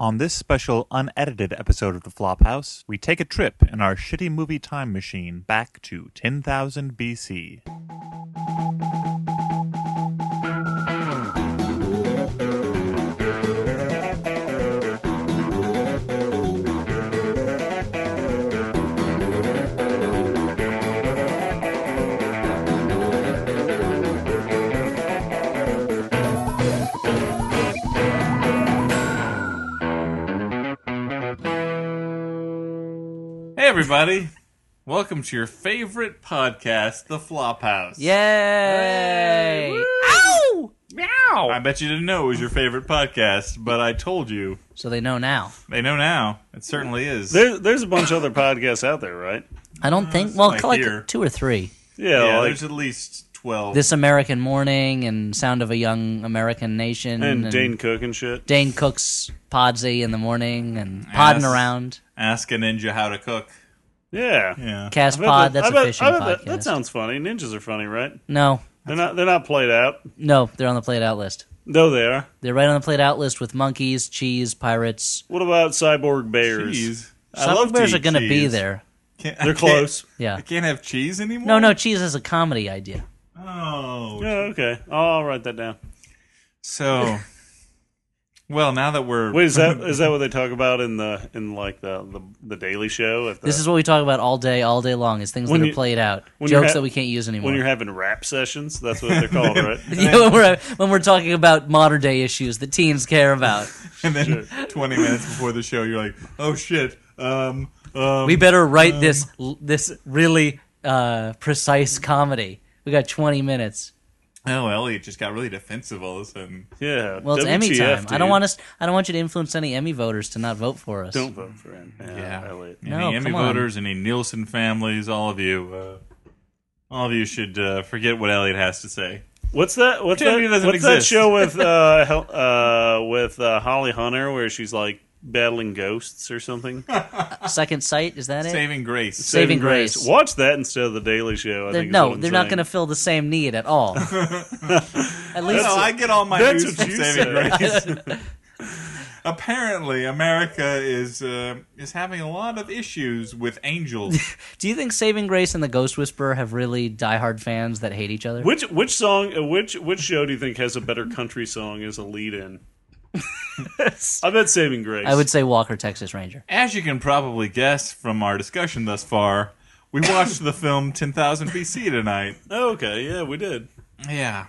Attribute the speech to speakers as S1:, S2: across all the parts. S1: On this special unedited episode of The Flophouse, we take a trip in our shitty movie time machine back to 10,000 BC.
S2: Hey, everybody. Welcome to your favorite podcast, The Flophouse.
S3: Yay!
S2: Ow! Meow! I bet you didn't know it was your favorite podcast, but I told you.
S3: So they know now.
S2: They know now. It certainly is.
S4: There, there's a bunch of other podcasts out there, right?
S3: I don't think. Well,
S2: like
S3: like
S2: here.
S3: two or three.
S4: Yeah,
S2: yeah,
S4: like,
S2: there's at least 12.
S3: This American Morning and Sound of a Young American Nation
S4: and Dane Cook and shit.
S3: Dane Cook's Podsy in the morning and podding
S2: Yes.
S3: around.
S2: Ask a Ninja How to Cook.
S4: Yeah,
S2: Yeah.
S4: I
S3: Cast
S4: bet
S3: Pod.
S4: that-
S3: That's
S4: I bet-
S3: a fishing
S4: I bet that-
S3: podcast.
S4: That sounds funny. Ninjas are funny, right?
S3: no,
S4: They're not. They're not played out,
S3: no, they're on the played out list.
S4: though. They are.
S3: They're right on the played out list with monkeys, cheese, pirates.
S4: What about cyborg bears?
S2: Cheese. I
S3: Some
S2: love
S3: bears
S2: to
S3: are
S2: eat
S3: going to be
S2: cheese.
S3: there.
S2: Can't- I
S4: They're
S2: can't-
S4: close.
S3: Yeah.
S2: I can't have cheese anymore?
S3: No, no, cheese is a comedy idea.
S2: Oh.
S4: Yeah, okay. I'll write that down.
S2: So, well, now that we're.
S4: Wait, is that is that what they talk about in the in like the the, the Daily Show? At the,
S3: This is what we talk about all day, all day long. Is things
S4: When
S3: that are
S4: you-
S3: played out,
S4: when you're
S3: jokes
S4: ha-
S3: that we can't use anymore.
S4: when you're having rap sessions. That's what they're called, right?
S3: Yeah, when we're when we're talking about modern day issues that teens care about,
S2: And then 20 minutes before the show, you're like, oh shit. Um, um,
S3: we better write this this really uh, precise comedy. We got 20 minutes.
S2: Oh, Elliot just got really defensive all of a sudden.
S4: Yeah.
S3: Well, it's Emmy
S4: WTF,
S3: time. I don't
S4: dude.
S3: want us. I don't want you to influence any Emmy voters to not vote for us.
S4: Don't vote for him. Yeah, Elliot.
S2: Any
S3: No,
S2: Emmy
S3: come on.
S2: voters, any Nielsen families, all of you, uh, all of you should uh, forget what Elliot has to say.
S4: What's that? What's that?
S2: Pretend he doesn't
S4: What's that
S2: exist.
S4: show with uh, Hel- uh, with uh, Holly Hunter where she's like battling ghosts or something?
S3: Second sight is that it?
S2: Saving grace.
S3: Saving Grace.
S4: Watch that instead of the Daily Show.
S3: They're-
S4: I think is
S3: no,
S4: what I'm
S3: they're not
S4: saying.
S3: going to fill the same need at all. at least
S2: No, I get all my
S4: That's
S2: news
S4: what
S2: from
S4: you
S2: Saving Grace. Apparently, America is uh, is having a lot of issues with angels.
S3: do you think Saving Grace and the Ghost Whisperer have really diehard fans that hate each other?
S4: Which which song? uh, Which which show do you think has a better country song as a lead-in? I bet Saving Grace.
S3: I would say Walker Texas Ranger.
S2: As you can probably guess from our discussion thus far, we watched the film 10,000 BC tonight.
S4: Oh, okay, yeah, we did.
S2: Yeah.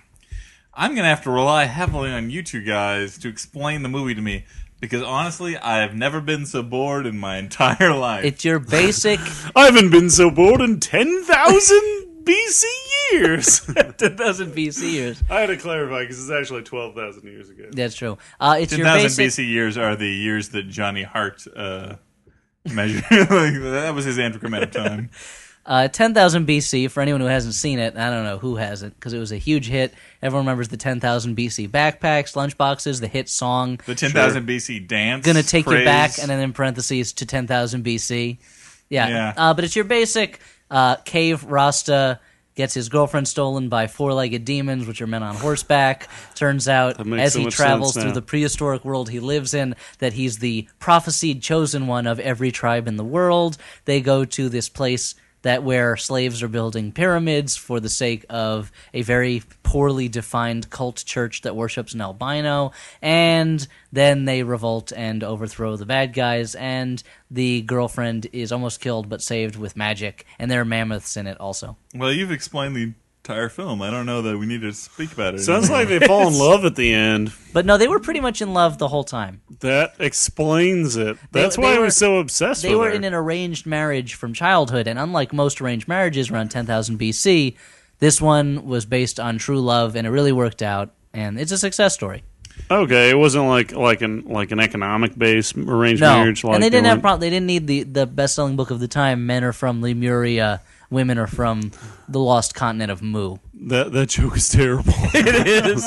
S2: I'm going to have to rely heavily on you two guys to explain the movie to me because honestly, I have never been so bored in my entire life.
S3: It's your basic.
S4: I haven't been so bored in ten thousand BC years.
S3: 10,000 BC years.
S4: I had to clarify because it's actually twelve thousand years ago.
S3: That's true. Uh, it's your
S2: 10,000
S3: basic.
S2: BC years are the years that Johnny Hart uh, measured. like, that was his anthropometric time.
S3: Uh, 10,000 BC, for anyone who hasn't seen it, I don't know who hasn't, because it was a huge hit. Everyone remembers the 10,000 BC backpacks, lunchboxes, the hit song,
S2: The 10,000 BC dance.
S3: Gonna Take You
S2: craze.
S3: Back, and then in parentheses, to 10,000 BC. Yeah.
S2: Yeah.
S3: Uh, but it's your basic uh, cave Rasta gets his girlfriend stolen by four legged demons, which are men on horseback. Turns out,
S4: makes
S3: as
S4: so
S3: he
S4: much
S3: travels
S4: sense
S3: through
S4: now.
S3: the prehistoric world he lives in, that he's the prophesied chosen one of every tribe in the world. They go to this place that where slaves are building pyramids for the sake of a very poorly defined cult church that worships an albino and then they revolt and overthrow the bad guys and the girlfriend is almost killed but saved with magic and there are mammoths in it also
S2: Well, you've explained the entire film. I don't know that we need to speak about it.
S4: Sounds
S2: anymore.
S4: like they fall in love at the end.
S3: but no they were pretty much in love the whole time
S4: That explains it. That's
S3: they
S4: why I
S3: were-
S4: was so obsessed
S3: they
S4: with
S3: were
S4: her.
S3: in an arranged marriage from childhood, and unlike most arranged marriages around 10,000 BC, this one was based on true love, and it really worked out, and it's a success story.
S4: okay, it wasn't like like an like an economic based arranged
S3: No,
S4: marriage. Like
S3: and they didn't have
S4: weren't-
S3: pro- they didn't need the the best selling book of the time. Men are from Lemuria, women are from the lost continent of Mu.
S4: That that joke is terrible.
S3: It is.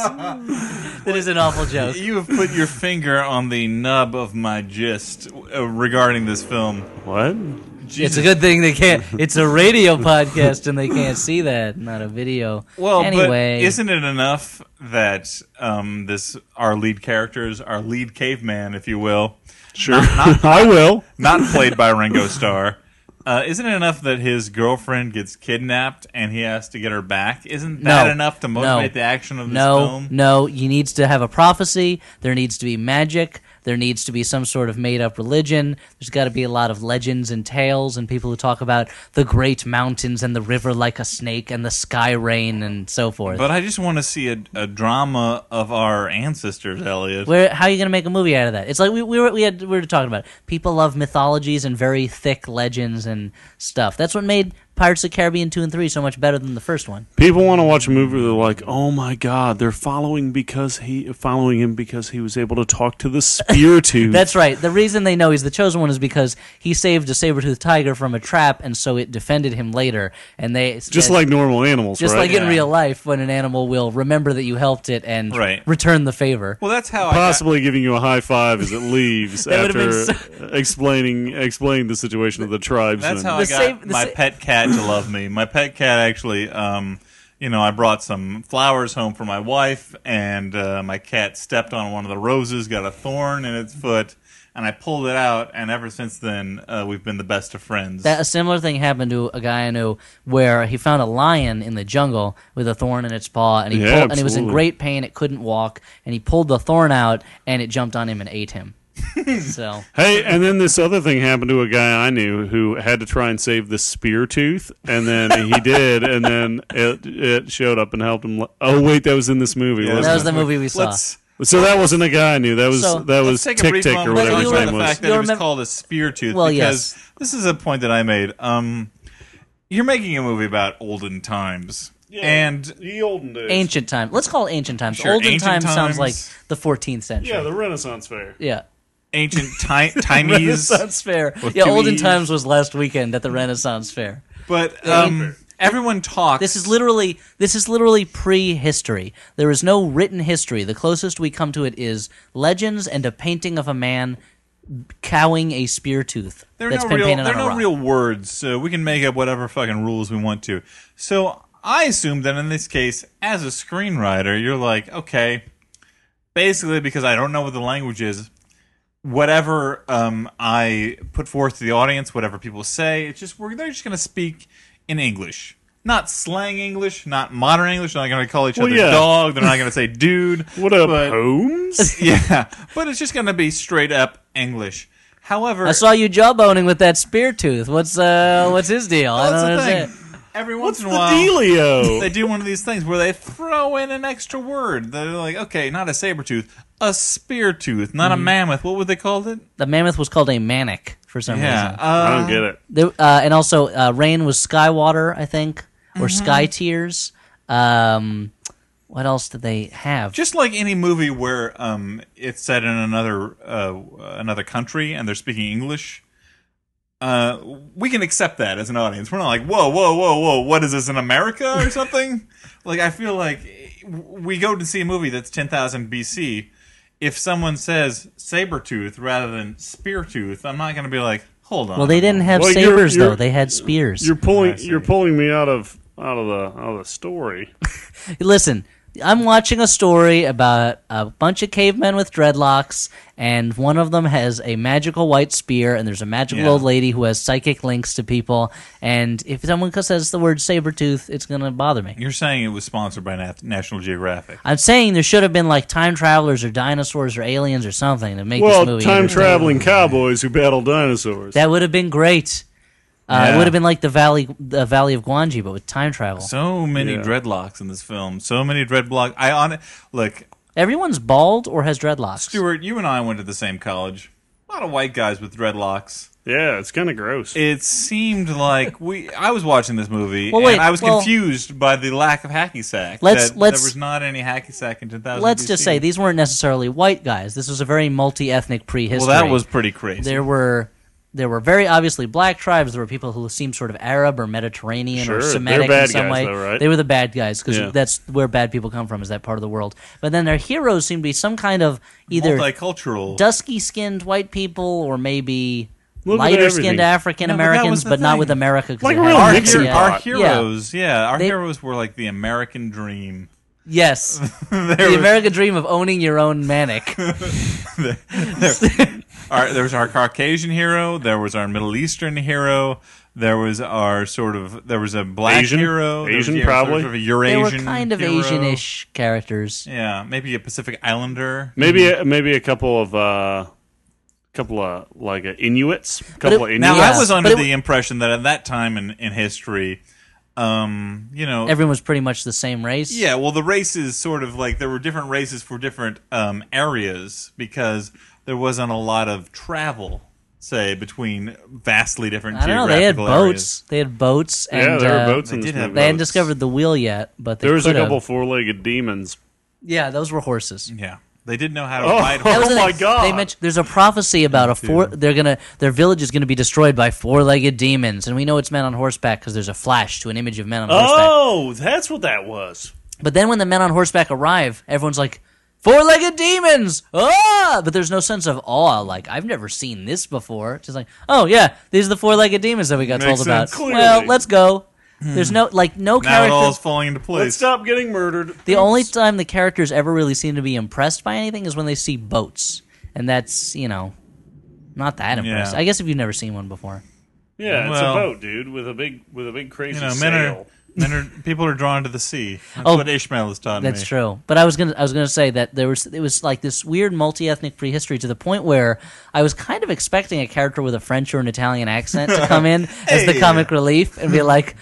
S3: it is an awful joke.
S2: You have put your finger on the nub of my gist uh, regarding this film.
S4: what?
S3: It's a good thing they can't. It's a radio podcast and they can't see that, not a video.
S2: Well,
S3: anyway,
S2: but isn't it enough that um, this our lead characters, our lead caveman, if you will,
S4: Sure. I will.
S2: not played by Ringo Starr, uh, isn't it enough that his girlfriend gets kidnapped and he has to get her back? Isn't that
S3: No.
S2: enough to motivate
S3: No.
S2: the action of this
S3: no,
S2: film?
S3: no, you needs to have a prophecy. There needs to be magic. There needs to be some sort of made up religion. There's got to be a lot of legends and tales and people who talk about the great mountains and the river like a snake and the sky rain and so forth.
S2: But I just want to see a, a drama of our ancestors, Elliot.
S3: Where how are you going to make a movie out of that? It's like we, we were we had we were talking about. it. People love mythologies and very thick legends and stuff. That's what made Pirates of the Caribbean two and three so much better than the first one.
S4: People want to watch a movie. Where they're like, "Oh my god, they're following because he following him because he was able to talk to the spear tooth."
S3: That's right. The reason they know he's the chosen one is because he saved a saber-toothed tiger from a trap, and so it defended him later. And they
S4: just like normal animals,
S3: just
S4: right?
S3: like in
S2: yeah.
S3: real life, when an animal will remember that you helped it and
S2: Right.
S3: return the favor.
S2: Well, that's how I. Got,
S4: possibly giving you a high five as it leaves
S3: That would've been
S4: after explaining explaining the situation of the tribes.
S2: that's
S4: and-
S2: how I
S3: The
S2: got
S3: same- the
S2: my
S3: sa-
S2: pet cat to love me. My pet cat actually, um, you know, I brought some flowers home for my wife, and uh, my cat stepped on one of the roses, got a thorn in its foot, and I pulled it out. And ever since then, uh, we've been the best of friends.
S3: That a similar thing happened to a guy I knew where he found a lion in the jungle with a thorn in its paw, and he
S4: Yeah,
S3: pulled, and he was in
S4: absolutely.
S3: great pain. It couldn't walk, and he pulled the thorn out, and it jumped on him and ate him. so
S4: Hey, and then this other thing happened to a guy I knew who had to try and save the spear tooth, and then he did, and then it, it showed up and helped him. li- Oh wait, that was in this movie.
S2: Yeah,
S4: wasn't
S3: that was
S4: it?
S3: the movie we saw.
S2: Let's,
S4: so that wasn't a guy I knew. That was
S3: So,
S4: that was
S2: let's take a
S4: Tick
S2: brief
S4: Tick
S2: moment
S4: or
S2: to
S4: whatever his
S3: talk
S2: talk
S3: about
S4: name
S2: about the
S4: was.
S2: fact that
S3: You'll
S2: it was
S3: remember-
S2: called a spear tooth
S3: Well,
S2: because
S3: yes.
S2: this is a point that I made. Um, you're making a movie about olden times, and
S4: the olden days.
S3: Ancient time. Let's call it ancient times.
S2: Sure,
S3: Olden
S2: ancient
S3: time sounds
S2: times.
S3: like the 14th century. Yeah.
S4: the Renaissance fair.
S2: ancient ti- timeies.
S3: Renaissance Fair.
S2: With
S3: Yeah,
S2: two
S3: Olden
S2: E's.
S3: Times was last weekend at the Renaissance Fair.
S2: But um, everyone talks.
S3: This is literally this is literally prehistory. There is no written history. The closest we come to it is legends and a painting of a man cowing a spear tooth
S2: there are
S3: that's
S2: no
S3: been
S2: real.
S3: painted
S2: There
S3: on a
S2: are no
S3: rock.
S2: real words, so we can make up whatever fucking rules we want to. So I assume that in this case, as a screenwriter, you're like, okay, basically because I don't know what the language is. Whatever um, I put forth to the audience, whatever people say, it's just we're they're just gonna speak in English, not slang English, not modern English. They're not gonna call each
S4: Well,
S2: other
S4: yeah.
S2: dog. They're not gonna say dude.
S4: What up,
S2: but-
S4: Holmes?
S2: yeah, but it's just going to be straight up English. However,
S3: I saw you jawboning with that spear tooth. What's uh what's his deal? I
S2: that's
S3: don't
S2: the
S3: understand.
S2: thing. Every
S4: What's
S2: once
S4: the
S2: in a while, they
S4: dealio?
S2: do one of these things where they throw in an extra word. They're like, okay, not a saber tooth, a spear tooth, not a
S3: Mm-hmm.
S2: mammoth. What would they call it?
S3: The mammoth was called a manic for some
S2: Yeah,
S3: reason.
S4: I
S2: uh,
S4: don't get it.
S3: There, uh, and also, uh, Rain was Skywater, I think, or
S2: Mm-hmm.
S3: Sky Tears. Um, what else did they have?
S2: just like any movie where um, it's set in another uh, another country and they're speaking English. Uh, we can accept that as an audience. We're not like, whoa, whoa, whoa, whoa, what is this in America or something? like, I feel like we go to see a movie that's 10,000 BC. If someone says saber tooth rather than spear tooth, I'm not going to be like, hold on.
S3: well, they didn't have
S4: Well, you're-
S3: sabers
S4: you're-
S3: though; they had spears.
S4: You're pulling
S2: I see.
S4: you're pulling me out of out of the out of the story.
S3: Listen, I'm watching a story about a bunch of cavemen with dreadlocks, and one of them has a magical white spear, and there's a magical
S2: Yeah.
S3: old lady who has psychic links to people. And if someone says the word saber tooth, it's gonna bother me.
S2: You're saying it was sponsored by Nat- National Geographic.
S3: I'm saying there should have been like time travelers or dinosaurs or aliens or something to make this
S4: Well,
S3: movie.
S4: time
S3: entertaining.
S4: traveling cowboys who battle dinosaurs.
S3: That would have been great. Uh, It
S2: Yeah.
S3: would have been like the valley, the Valley of Guanji, but with time travel.
S2: So many
S4: Yeah.
S2: dreadlocks in this film. So many dreadlocks. I on look.
S3: Everyone's bald or has dreadlocks.
S2: Stuart, you and I went to the same college. A lot of white guys with dreadlocks.
S4: yeah, it's kind of gross.
S2: It seemed like we. I was watching this movie
S3: Well, wait,
S2: and I was
S3: well-
S2: confused by the lack of hacky sack.
S3: Let's-
S2: that
S3: let's-
S2: there was not any hacky sack in 2000.
S3: Let's just
S2: BC.
S3: say these weren't necessarily white guys. This was a very multi-ethnic
S2: Well,
S3: prehistory.
S2: that was pretty crazy.
S3: there were there were very obviously black tribes. There were people who seemed sort of Arab or Mediterranean
S4: Sure,
S3: or
S4: they're
S3: Semitic in
S4: bad
S3: some
S4: guys,
S3: way.
S4: though, right?
S3: They were the bad guys because
S4: Yeah.
S3: that's where bad people come from. Is that part of the world? But then their heroes seemed to be some kind of either
S2: multicultural.
S3: dusky skinned white people or maybe
S4: Look at
S3: lighter
S4: everything.
S3: skinned African
S2: No, but that was
S3: Americans,
S2: the
S3: but, not
S2: thing.
S3: with America. 'cause
S4: Like
S3: it
S4: real
S3: had-
S2: Our,
S4: Nixon
S2: hero-
S3: yeah.
S2: our
S4: pot.
S2: heroes, yeah, our
S3: They-
S2: heroes were like the American dream.
S3: Yes,
S2: There
S3: the
S2: was-
S3: American dream of owning your own manic.
S2: our, there was our Caucasian hero. There was our Middle Eastern hero. There was our sort of there was a black
S4: Asian?
S2: hero. There was,
S4: Asian,
S2: yeah, sort of-
S4: probably?
S2: sort of a
S3: they
S2: Eurasian.
S3: were kind of
S2: hero.
S3: Asian-ish characters.
S2: Yeah, maybe a Pacific Islander.
S4: Maybe a, maybe a couple of uh, couple of like uh, Inuits, couple
S3: it-
S4: of
S2: Now
S4: Inuits.
S3: Yeah,
S2: I was
S3: but
S2: under
S3: it-
S2: the impression that at that time in in history, um, you know,
S3: Everyone was pretty much the same race.
S2: Yeah, well, the races sort of like there were different races for different um, areas because there wasn't a lot of travel, say, between vastly different.
S3: I don't know. They had
S2: geographical
S3: boats.
S2: areas.
S3: They had boats. And,
S4: yeah, there
S3: uh,
S4: were boats in
S2: they
S4: this
S2: did have
S4: movie.
S3: They hadn't discovered the wheel yet, but they
S4: There was a
S3: could have.
S4: couple four-legged demons.
S3: Yeah, those were horses.
S2: Yeah, they did know how to
S4: Oh.
S2: ride
S3: That was
S2: horses.
S4: Oh
S3: the
S4: my
S3: thing.
S4: God.
S3: They mentioned there's a prophecy about a four. They're gonna their village is gonna be destroyed by four-legged demons, and we know it's men on horseback because there's a flash to an image of men on horseback.
S4: Oh, that's what that was.
S3: But then when the men on horseback arrive, everyone's like, four-legged demons! Ah! But there's no sense of awe. Like, I've never seen this before. It's Just like, oh, yeah, these are the four-legged demons that we got
S2: Makes
S3: told about.
S2: sense.
S3: Well,
S4: Clearly.
S3: let's go. There's no, like, no
S2: Now it all's
S3: characters.
S2: falling into
S4: Let's
S2: place.
S4: stop getting murdered.
S3: The only time the characters ever really seem to be impressed by anything is when they see boats. And that's, you know, not that impressed.
S2: Yeah.
S3: I guess if you've never seen one before.
S4: Yeah, it's
S2: Well-
S4: a boat, dude, with a big with a big crazy
S2: You know, men are,
S4: sail.
S2: men are people are drawn to the sea. That's
S3: Oh,
S2: what Ishmael has taught
S3: That's
S2: me.
S3: true. But I was gonna I was gonna say that there was it was like this weird multi ethnic prehistory to the point where I was kind of expecting a character with a French or an Italian accent to come in as the
S2: Hey.
S3: comic relief and be like,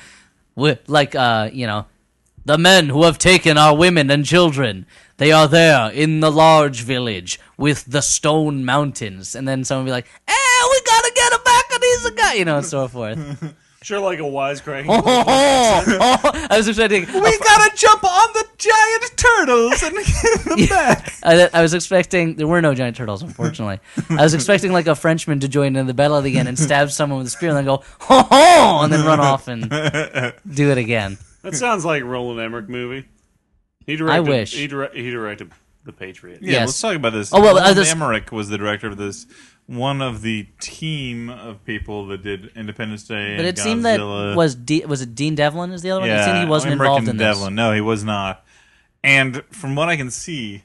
S3: wi- like uh, you know, the men who have taken our women and children. They are there in the large village with the stone mountains, and then someone be like, "Eh, we gotta get them back of these guys," you know, and so forth.
S4: Sure, like a wisecracking.
S3: I was expecting a
S2: We gotta jump on the giant turtles and get them back.
S3: I, I was expecting there were no giant turtles, unfortunately. I was expecting like a Frenchman to join in the battle at the end and stab someone with a spear and then go ho ho and then run off and do it again.
S4: That sounds like a Roland Emmerich movie. He directed.
S3: I wish.
S4: he, dire- he directed the Patriot.
S2: Yeah,
S3: Yes.
S2: let's talk about this.
S3: Oh, well, uh,
S2: Roland
S3: this-
S2: Emmerich was the director of this. One of the team of people that did Independence Day.
S3: But
S2: and
S3: it seemed that
S2: Godzilla.
S3: was De- was it Dean Devlin is the other one?
S2: yeah,
S3: it seemed he wasn't
S2: Emmerich
S3: involved
S2: and
S3: in this.
S2: Devlin. No, he was not. And from what I can see,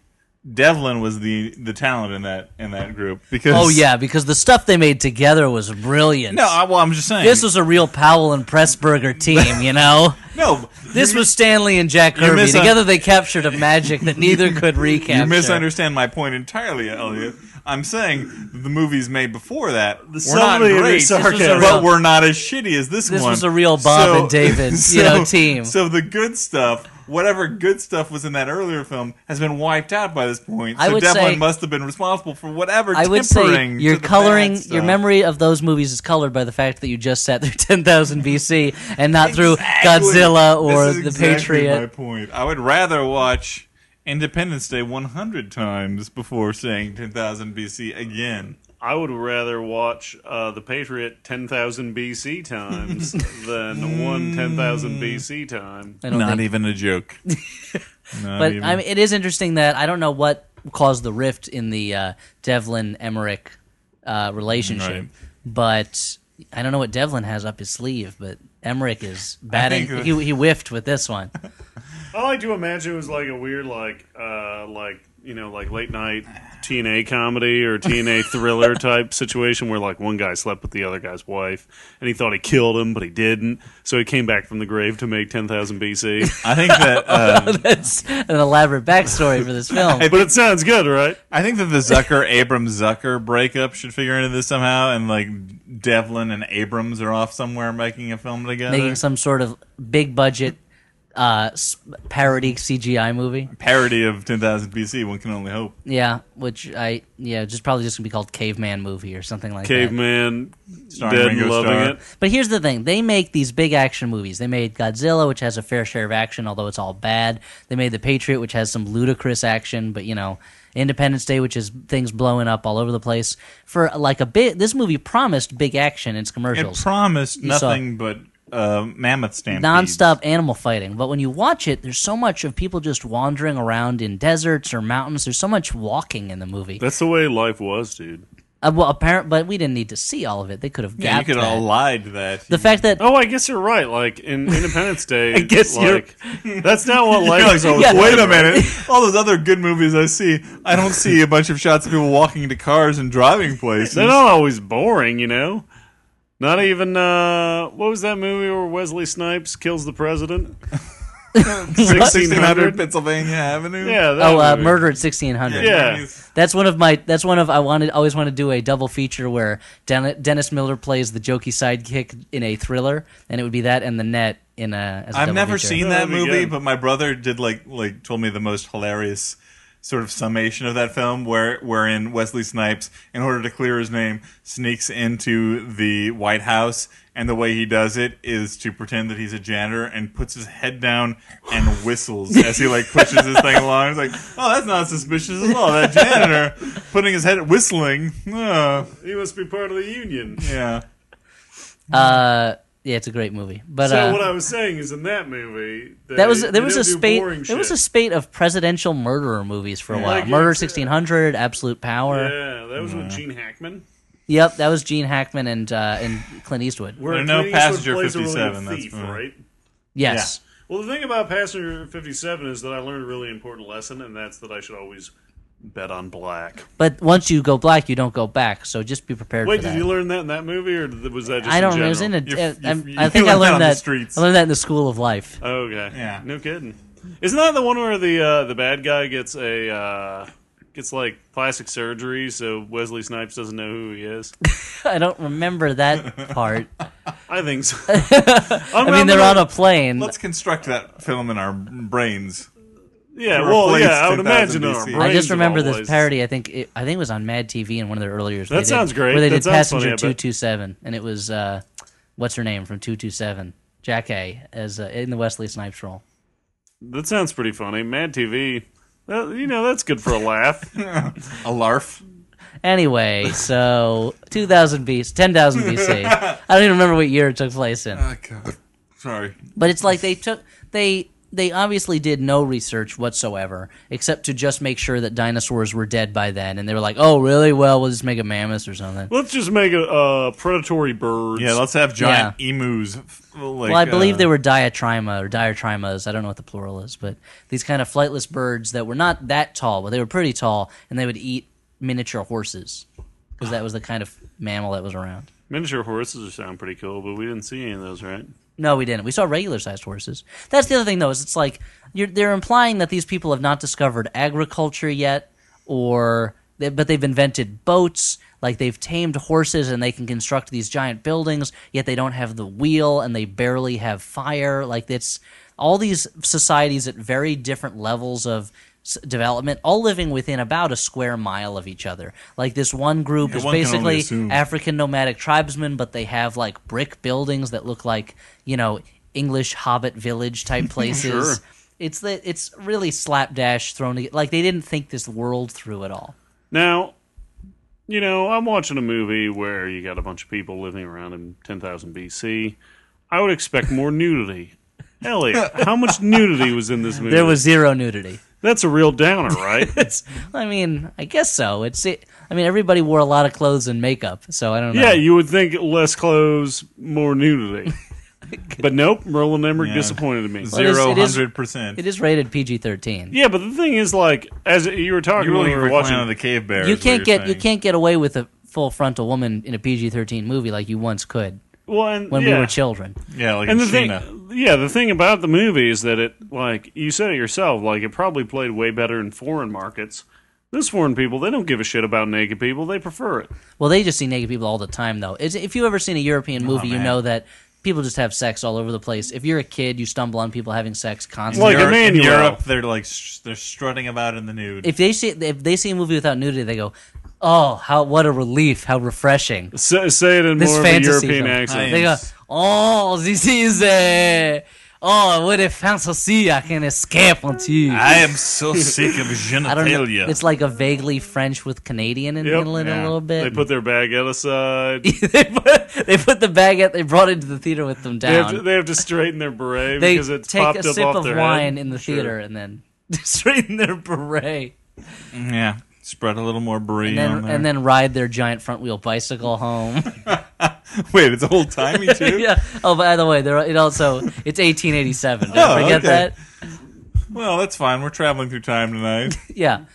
S2: Devlin was the the talent in that in that group because
S3: Oh yeah, because the stuff they made together was brilliant.
S2: No, I, well, I'm just saying.
S3: this was a real Powell and Pressburger team, you know.
S2: no.
S3: This was Stanley and Jack Kirby.
S2: misun-
S3: Together they captured a magic that neither could recapture.
S2: You misunderstand my point entirely, Elliot. I'm saying the movies made before that were
S4: some
S2: not
S4: of it is
S2: great,
S4: sarcasm.
S2: but were not as shitty as this,
S3: This
S2: one.
S3: was a real Bob and David, you know, team.
S2: So the good stuff, whatever good stuff was in that earlier film, has been wiped out by this point. So
S3: I would
S2: Devlin
S3: say-
S2: must have been responsible for whatever.
S3: I would say
S2: tempering
S3: your
S2: to the bad
S3: coloring, your
S2: stuff.
S3: memory of those movies is colored by the fact that you just sat through 10,000 BC and not through
S2: Exactly.
S3: Godzilla or
S2: This
S3: The
S2: is exactly
S3: Patriot.
S2: My point. I would rather watch Independence Day 100 times before saying 10,000 BC again.
S4: I would rather watch uh, the Patriot ten thousand BC times than one ten thousand BC time.
S3: I don't
S2: Not
S3: think-
S2: even a joke. Not
S3: but
S2: even.
S3: I mean, it is interesting that I don't know what caused the rift in the uh, Devlin Emmerich uh, relationship,
S2: Right.
S3: but I don't know what Devlin has up his sleeve, but Emmerich is batting.
S2: think-
S3: he, he whiffed with this one.
S4: I like to imagine it was like a weird, like, uh, like you know, like late night TNA comedy or TNA thriller type situation where like one guy slept with the other guy's wife and he thought he killed him, but he didn't. So he came back from the grave to make ten thousand BC.
S2: I think that uh,
S3: That's an elaborate backstory for this film.
S4: but it sounds good, right?
S2: I think that the Zucker Abrams Zucker breakup should figure into this somehow, and like Devlin and Abrams are off somewhere making a film together.
S3: making some sort of big budget uh, s- parody CGI movie.
S2: Parody of 10,000 BC. One can only hope.
S3: Yeah, which I yeah, just probably just gonna be called Caveman movie or something like that.
S4: Caveman,
S2: Starring
S4: dead
S2: Ringo
S4: and loving
S2: Starr.
S4: it.
S3: But here's the thing: they make these big action movies. They made Godzilla, which has a fair share of action, although it's all bad. They made The Patriot, which has some ludicrous action, but you know, Independence Day, which is things blowing up all over the place. For like a bit, this movie promised big action in its
S2: It
S3: commercials.
S2: promised
S3: saw-
S2: nothing but uh, mammoth stampedes.
S3: nonstop animal fighting. But when you watch it, there's so much of people just wandering around in deserts or mountains. There's so much walking in the movie.
S4: That's the way life was, dude.
S3: Uh, well, apparent, but we didn't need to see all of it. They could have
S2: Yeah, you
S3: gapped
S2: could
S3: that.
S2: have lied that.
S3: the fact that
S4: Oh, I guess you're right. Like in Independence Day, I
S3: guess you're-
S4: like, that's not what life
S2: You're
S4: is.
S2: like,
S4: always
S3: Yeah.
S2: Wait a minute. All those other good movies I see, I don't see a bunch of shots of people walking into cars and driving places.
S4: They're not always boring, you know. Not even uh, what was that movie where Wesley Snipes kills the president?
S2: 1600
S4: 1600.
S2: Pennsylvania Avenue.
S4: Yeah. That
S3: oh, uh,
S4: movie.
S3: murder at sixteen hundred.
S4: Yeah.
S3: That's one of my. That's one of I wanted. Always want to do a double feature where Den- Dennis Miller plays the jokey sidekick in a thriller, and it would be that and the net in a. As a
S2: I've
S3: double
S2: never
S3: feature.
S2: seen
S4: No,
S2: that
S4: that'd be
S2: movie,
S4: good.
S2: but my brother did like like told me the most hilarious sort of summation of that film where wherein Wesley Snipes, in order to clear his name, sneaks into the White House and the way he does it is to pretend that he's a janitor and puts his head down and whistles as he like pushes his thing along. It's like, oh that's not suspicious at all. That janitor putting his head whistling. Uh,
S4: He must be part of the union.
S2: yeah.
S3: Uh, yeah, it's a great movie, but
S4: So
S3: uh,
S4: what I was saying is, in that movie, they,
S3: that was there
S4: they
S3: was
S4: don't
S3: a
S4: do
S3: spate
S4: boring
S3: there was a
S4: shit.
S3: spate of presidential murderer movies for a while.
S4: Like,
S3: Murder
S4: it's, uh,
S3: sixteen hundred, Absolute Power.
S4: yeah, that was with Gene Hackman.
S3: Yep, that was Gene Hackman and uh, and Clint Eastwood.
S4: Where
S2: There are no
S4: Clint Eastwood
S2: Passenger
S4: plays a really
S2: 57, that's
S4: thief,
S2: fine.
S4: right.
S3: Yes,
S4: Well, the thing about Passenger 57 is that I learned a really important lesson, and that's that I should always bet on black.
S3: but once you go black, you don't go back. So just be prepared.
S4: Wait,
S3: for that.
S4: did you learn that in that movie, or did- was that just
S3: I don't
S4: in
S3: know. It was in a,
S2: You-
S3: uh,
S2: you-
S3: I'm-
S2: you
S3: I think I learned
S2: learned that on the
S3: that.
S2: streets.
S3: I learned that in the school of life.
S4: Oh, okay.
S2: Yeah.
S4: No kidding. Isn't that the one where the uh, the bad guy gets a uh, gets like plastic surgery, so Wesley Snipes doesn't know who he is?
S3: I don't remember that part.
S4: I think so.
S3: I mean, they're on a plane.
S2: Let's construct that film in our brains.
S4: yeah.
S2: They
S4: Well,
S2: replaced
S4: yeah. I would imagine.
S2: 10,000
S4: on our
S2: BC. I
S3: I
S4: brains
S3: just
S4: of
S3: remember
S4: all
S3: this
S4: places.
S3: parody. I think it, I think it was on Mad TV in one of their earlier.
S4: That sounds great.
S3: Where they
S4: That
S3: did
S4: sounds funny,
S3: Passenger
S4: I bet.
S3: Two Two Seven, and it was uh, what's her name from Two Two Seven, Jack A, as uh, in the Wesley Snipes role.
S4: That sounds pretty funny. Mad TV. That, you know, that's good for a laugh.
S2: A larf.
S3: Anyway, so 2000 BC, 10,000 BC. I don't even remember what year it took place in.
S2: Oh, God. Sorry.
S3: But it's like they took they they obviously did no research whatsoever except to just make sure that dinosaurs were dead by then and they were like, "Oh, really? Well, we'll just make a mammoth or something."
S4: Let's just make a uh, predatory birds.
S2: Yeah, let's have giant emus. f- Like,
S3: well, I believe
S2: uh,
S3: they were diatrima or diatrimas. I don't know what the plural is, but these kind of flightless birds that were not that tall, but they were pretty tall and they would eat miniature horses because that was the kind of mammal that was around.
S4: Miniature horses sound pretty cool, but we didn't see any of those, right?
S3: No, we didn't. We saw regular sized horses. That's the other thing, though, is it's like you're, they're implying that these people have not discovered agriculture yet, or they, but they've invented boats, like they've tamed horses and they can construct these giant buildings. Yet they don't have the wheel and they barely have fire. Like it's all these societies at very different levels of s- development, all living within about a square mile of each other. Like this one group is
S2: one can only
S3: basically
S2: assume.
S3: African nomadic tribesmen, but they have like brick buildings that look like you know English Hobbit village type places. It's the it's really slapdash thrown toge- like they didn't think this world through at all.
S4: Now, you know, I'm watching a movie where you got a bunch of people living around in 10,000 BC. I would expect more nudity. Elliot, how much nudity was in this movie?
S3: There was zero nudity.
S4: That's a real downer, right?
S3: It's I mean I guess so. It's it, I mean everybody wore a lot of clothes and makeup, so I don't know.
S4: yeah, you would think less clothes, more nudity. but nope, Merlin Emmerich
S2: Yeah.
S4: disappointed me.
S3: it is-
S2: zero
S3: it is-
S2: hundred percent.
S3: it is rated PG thirteen.
S4: Yeah, but the thing is, like, as you were talking,
S2: You
S4: when we
S2: really
S4: were
S2: were
S4: watching
S2: watching the cave bear.
S3: You
S2: is what
S3: can't
S2: you're
S3: get you
S2: saying.
S3: can't get away with a full frontal woman in a PG thirteen movie like you once could
S4: well, and,
S3: when
S4: yeah.
S3: we were children.
S2: Yeah, like
S4: and
S2: in
S4: the thing,
S2: China.
S4: yeah, the thing about the movie is that it, like you said it yourself, like it probably played way better in foreign markets. This foreign people, they don't give a shit about naked people; they prefer it.
S3: Well, they just see naked people all the time, though. It's, if you've ever seen a European
S4: Oh,
S3: movie, you
S2: man.
S3: know that people just have sex all over the place. If you're a kid, you stumble on people having sex constantly.
S4: Like
S2: Europe, in
S4: Emmanuel.
S2: Europe, they're like sh- they're strutting about in the nude.
S3: if they see if they see a movie without nudity, they go, "Oh, how what a relief! How refreshing!"
S4: Say, say it in
S3: This
S4: more of a
S3: fantasy
S4: European
S3: film.
S4: accent.
S2: I-
S3: They go,
S2: Yes.
S3: "Oh, this is a oh, what a fantasy! I can escape onto you."
S2: I am so sick of
S3: I don't know.
S2: genitalia.
S3: It's like a vaguely French with Canadian in,
S4: Yep.
S3: in it
S2: Yeah.
S3: a little bit.
S4: They put their baguette aside.
S3: they, put, they put the bag out. They brought it to the theater with them down.
S4: They have, to, they have to straighten their beret
S3: they
S4: because it's
S3: take
S4: popped
S3: a
S4: up
S3: sip
S4: off
S3: of
S4: their
S3: wine
S4: head.
S3: in the
S4: Sure.
S3: theater and then straighten their beret.
S2: yeah. Spread a little more brie
S3: and then,
S2: on there.
S3: and then ride their giant front wheel bicycle home.
S2: Wait, it's old timey too.
S3: yeah. Oh, by the way, there it also it's 1887. Did I
S2: Oh,
S3: forget
S2: okay.
S3: that?
S2: Well, that's fine. We're traveling through time tonight.
S3: Yeah.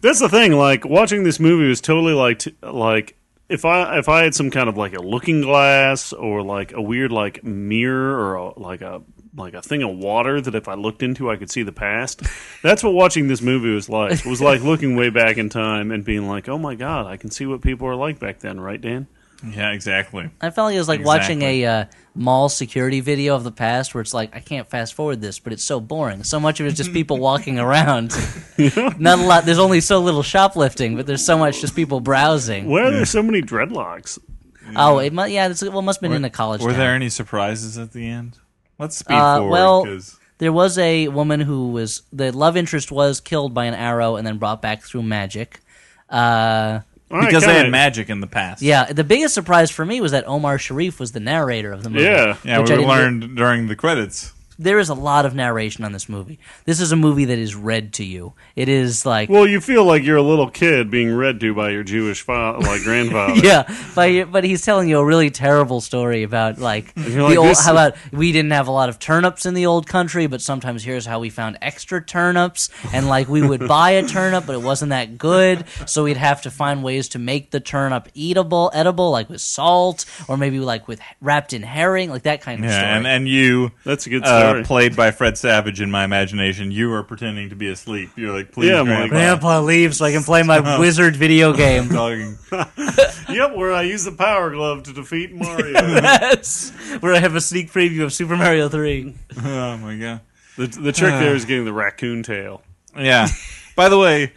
S4: That's the thing. Like watching this movie was totally like t- like if I if I had some kind of like a looking glass or like a weird like mirror or a, like a like a thing of water that if I looked into I could see the past. That's what watching this movie was like. It was like looking way back in time and being like, "Oh my god, I can see what people were like back then." Right, Dan?
S2: yeah, exactly.
S3: I felt like it was like watching
S2: Exactly.
S3: a uh, mall security video of the past, where it's like I can't fast forward this, but it's so boring. So much of it is just people walking around. Not a lot. There's only so little shoplifting, but there's so much just people browsing.
S4: Why are there so many dreadlocks?
S3: Oh, it must. Yeah, it's, well, it must have been in a college.
S2: Were
S3: town.
S2: there any surprises at the end? Let's speed
S3: Uh,
S2: forward.
S3: well-
S2: 'cause-
S3: There was a woman who was the love interest was killed by an arrow and then brought back through magic. Uh,
S4: All right,
S2: because they
S4: kinda-
S2: had magic in the past.
S3: yeah, the biggest surprise for me was that Omar Sharif was the narrator of the movie.
S4: Yeah.
S2: yeah.
S3: which I
S2: we
S3: didn't-
S2: learned during the credits.
S3: there is a lot of narration on this movie. This is a movie that is read to you. It is like
S4: Well, you feel like you're a little kid being read to by your Jewish fa- like grandfather.
S3: yeah, but but he's telling you a really terrible story about like the
S4: like,
S3: old,
S4: this-
S3: how about we didn't have a lot of turnips in the old country, but sometimes here's how we found extra turnips, and like we would buy a turnip, but it wasn't that good, so we'd have to find ways to make the turnip eatable, edible, like with salt or maybe like with wrapped in herring, like that kind of story.
S2: Yeah, and, and you.
S4: That's a good
S2: Uh,
S4: story.
S2: played by Fred Savage in my imagination. You are pretending to be asleep. You're like, please,
S4: Yeah, I'm like,
S2: grandpa.
S3: Grandpa leaves so I can play my wizard video game.
S2: Talking.
S4: yep, where I use the power glove to defeat Mario.
S3: Yes, where I have a sneak preview of Super Mario Three.
S2: Oh my god.
S4: the, the trick there
S3: Uh.
S4: is getting the raccoon tail.
S2: Yeah. By the way,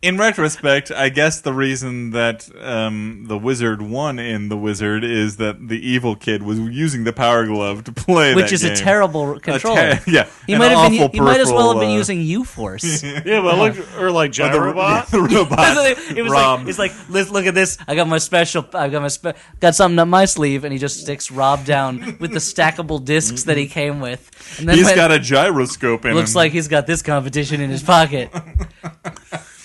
S2: in retrospect, I guess the reason that um, the wizard won in the wizard is that the evil kid was using the power glove to play,
S3: which
S2: that
S3: is a
S2: game.
S3: terrible
S2: A ter-
S3: controller.
S2: yeah,
S3: He
S2: an
S3: might have been.
S2: awful
S3: He might as well have been
S2: peripheral, uh,
S3: using U Force.
S4: Yeah, but look, or like
S2: the,
S4: Gyrobot.
S2: the robot.
S3: it was
S2: Rob.
S3: like it's like let's look at this. I got my special. I got my spe- got something up my sleeve, and he just sticks Rob down with the stackable discs that he came with. And then
S2: Mm-hmm. He's
S3: went,
S2: got a gyroscope in
S3: looks
S2: him.
S3: like he's got this competition in his pocket.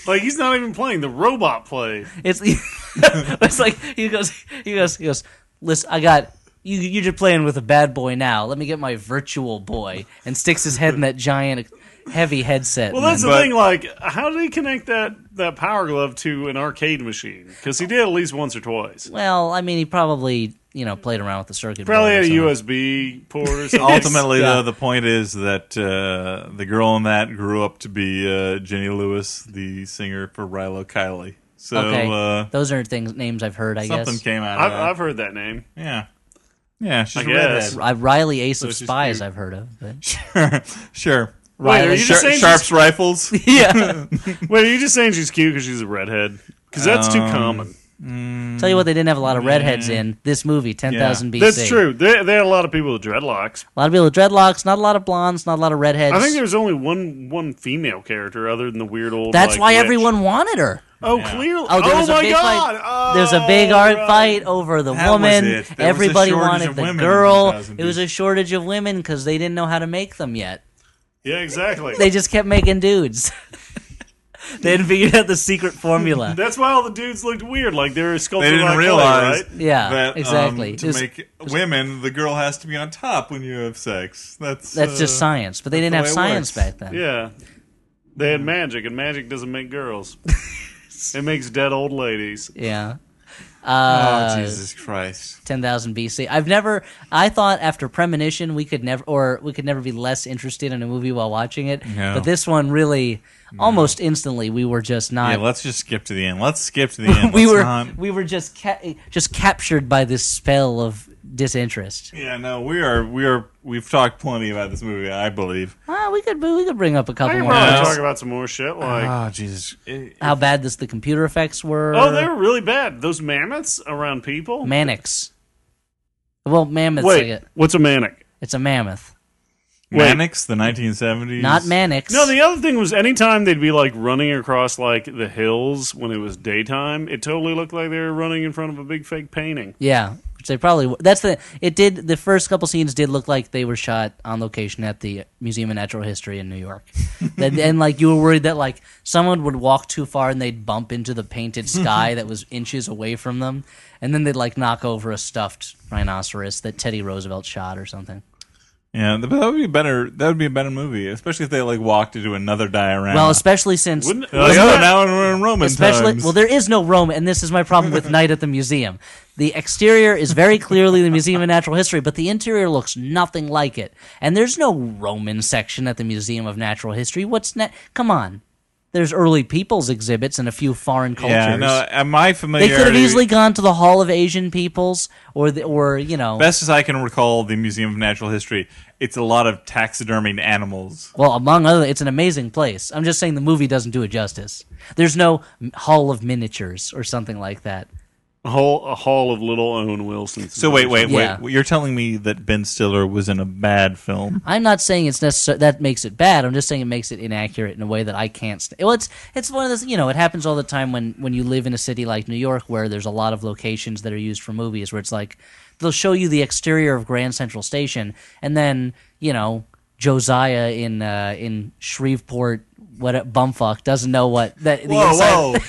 S4: Like he's not even playing the robot play.
S3: It's it's like he goes he goes he goes. Listen, I got. You, you're just playing with a bad boy now. Let me get my virtual boy, and sticks his head in that giant, heavy headset.
S4: Well, that's the
S2: But-
S4: thing. Like, how did he connect that that power glove to an arcade machine? Because he did at least once or twice.
S3: Well, I mean, he probably you know played around with the circuit. board
S4: Probably
S3: or
S4: had a
S3: something.
S4: USB port or something.
S2: Ultimately,
S3: Yeah.
S2: though, the point is that uh, the girl in that grew up to be uh, Jenny Lewis, the singer for Rilo Kiley. So
S3: Okay,
S2: uh,
S3: those are things names I've heard. I
S2: something
S3: guess
S2: came out of
S4: I've,
S2: that.
S3: uh,
S4: I've heard that name.
S2: Yeah. Yeah, she's
S4: I
S2: a
S4: guess.
S2: redhead.
S3: I, Riley Ace of
S2: it's just
S3: Spies.
S2: cute.
S3: I've heard of. But.
S2: Sure, sure.
S4: Wait, are
S3: Riley-
S4: you just
S2: Shar-
S4: saying
S2: Sharps rifles.
S3: yeah.
S4: she's, Wait, are you just saying she's cute because she's a redhead? Because that's
S3: Um,
S4: too common.
S3: Tell you what, they didn't have a lot of redheads in this movie. Ten thousand BC.
S4: That's true. They, they had a lot of people with dreadlocks.
S3: A lot of people with dreadlocks. Not a lot of blondes. Not a lot of redheads.
S4: I think there's only one one female character other than the weird old.
S3: That's
S4: like,
S3: why
S4: witch.
S3: everyone wanted her.
S4: Oh, clearly.
S3: Oh, there was a
S4: my
S3: big
S4: god!
S3: fight. There's a big art
S4: Alright.
S3: fight over the
S2: Oh, That was
S3: woman.
S2: it. There was a
S3: Everybody
S2: shortage
S3: wanted
S2: of
S3: the
S2: women in
S3: girl.
S2: 1000
S3: It was a shortage of women because they didn't know how to make them yet.
S4: Yeah, exactly.
S3: They just kept making dudes. they hadn't figured out the secret formula.
S4: That's why all the dudes looked weird. Like they were sculpted
S2: They didn't
S4: like
S2: realize
S4: clay, right?
S3: Yeah,
S2: that um,
S3: exactly.
S2: to
S3: It's-
S2: make women, the girl has to be on top when you have sex. That's
S3: That's
S2: uh,
S3: just science, but they didn't
S2: the
S3: have
S2: way it
S3: science
S2: works.
S3: back then.
S4: Yeah. They had magic, and magic doesn't make girls. it makes dead old ladies.
S3: Yeah.
S2: Oh,
S3: Uh,
S2: Jesus Christ!
S3: 10,000 BC. I've never I thought after Premonition we could never or we could never be less interested in a movie while watching it.
S2: No.
S3: But this one really almost instantly we were just
S2: Yeah,
S3: not
S2: let's just skip to the end. Let's skip to the end.
S3: we
S2: Let's
S3: were
S2: not-
S3: we were just ca- just captured by this spell of disinterest.
S2: Yeah, no, we are. We are. We've talked plenty about this movie. I believe.
S3: Ah, we could we could bring up a
S4: I
S3: couple
S4: can
S3: more. Uh,
S4: probably
S2: Yeah.
S4: talk about some more shit. Like,
S2: Oh Jesus! It-
S3: How bad this the computer effects were.
S4: oh, they were really bad. Those mammoths around people.
S3: Manics. Oh, Well, mammoths.
S4: Wait,
S3: like it-
S4: what's a manic?
S3: It's a mammoth,
S4: Wait.
S2: Mannix, the 1970s.
S3: not manics.
S4: No, the other thing was anytime they'd be like running across like the hills when it was daytime, it totally looked like they were running in front of a big fake painting.
S3: yeah, which which they probably were. That's the it did the first couple scenes did look like they were shot on location at the Museum of Natural History in New York. and, and like you were worried that like someone would walk too far and they'd bump into the painted sky that was inches away from them, and then they'd like knock over a stuffed rhinoceros that Teddy Roosevelt shot or something.
S2: Yeah, but that would be better. That would be a better movie, especially if they like walked into another diorama.
S3: Well, especially since
S4: Wouldn't-
S2: They're like,
S4: wasn't
S2: oh,
S4: that-
S2: now we're in Roman
S3: Especially,
S2: times.
S3: well, there is no Rome, and this is my problem with Night at the Museum. The exterior is very clearly the Museum of Natural History, but the interior looks nothing like it. And there's no Roman section at the Museum of Natural History. What's ne- Come on, there's early peoples exhibits and a few foreign cultures.
S2: yeah, no. At my
S3: they
S2: familiarity,
S3: could have easily gone to the Hall of Asian Peoples, or the, or you know,
S2: best as I can recall, the Museum of Natural History. It's a lot of taxidermied animals.
S3: well, among other, it's an amazing place. I'm just saying the movie doesn't do it justice. There's no Hall of Miniatures or something like that.
S4: A whole a hall of little Owen Wilson.
S2: So wait, wait,
S3: Yeah.
S2: wait. You're telling me that Ben Stiller was in a bad film?
S3: I'm not saying it's necessar- that makes it bad. I'm just saying it makes it inaccurate in a way that I can't. St- well, it's it's one of those you know it happens all the time when when you live in a city like New York where there's a lot of locations that are used for movies where it's like they'll show you the exterior of Grand Central Station and then you know Josiah in uh, in Shreveport what a bumfuck doesn't know what that the inside-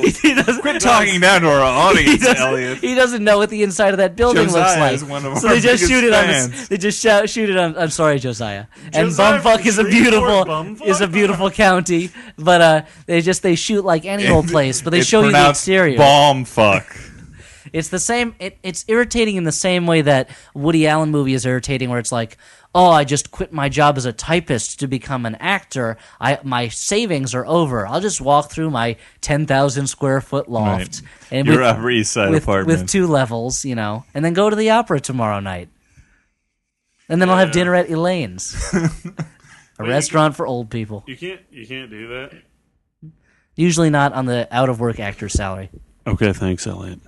S3: he doesn't
S2: Quit talking down to our
S3: he
S2: audience,
S3: doesn't,
S2: Elliot.
S3: he doesn't know what the inside of that building
S2: Josiah
S3: looks
S2: is
S3: like.
S2: one of
S3: so
S2: our
S3: they just
S2: biggest
S3: shoot it on.
S2: fans.
S3: This, they just shout, shoot it on. I'm sorry, Josiah. And
S4: Josiah
S3: Bumfuck is a
S4: Shreveport,
S3: beautiful
S4: Bumfuck?
S3: is a beautiful county, but uh, they just they shoot like any old place, but they
S2: It's
S3: show you the
S2: pronounced
S3: exterior.
S2: Bomb fuck.
S3: It's the same. It, it's irritating in the same way that Woody Allen movie is irritating, where it's like, oh, I just quit my job as a typist to become an actor. I my savings are over. I'll just walk through my ten thousand square foot loft and
S2: Your
S3: with-
S2: Upper East Side
S3: with,
S2: apartment.
S3: with two levels, you know, and then go to the opera tomorrow night. And then I'll have dinner at Elaine's, a restaurant for old people.
S4: You can't you can't do that.
S3: Usually not on the out of work actor's salary.
S4: Okay, thanks, Elliot.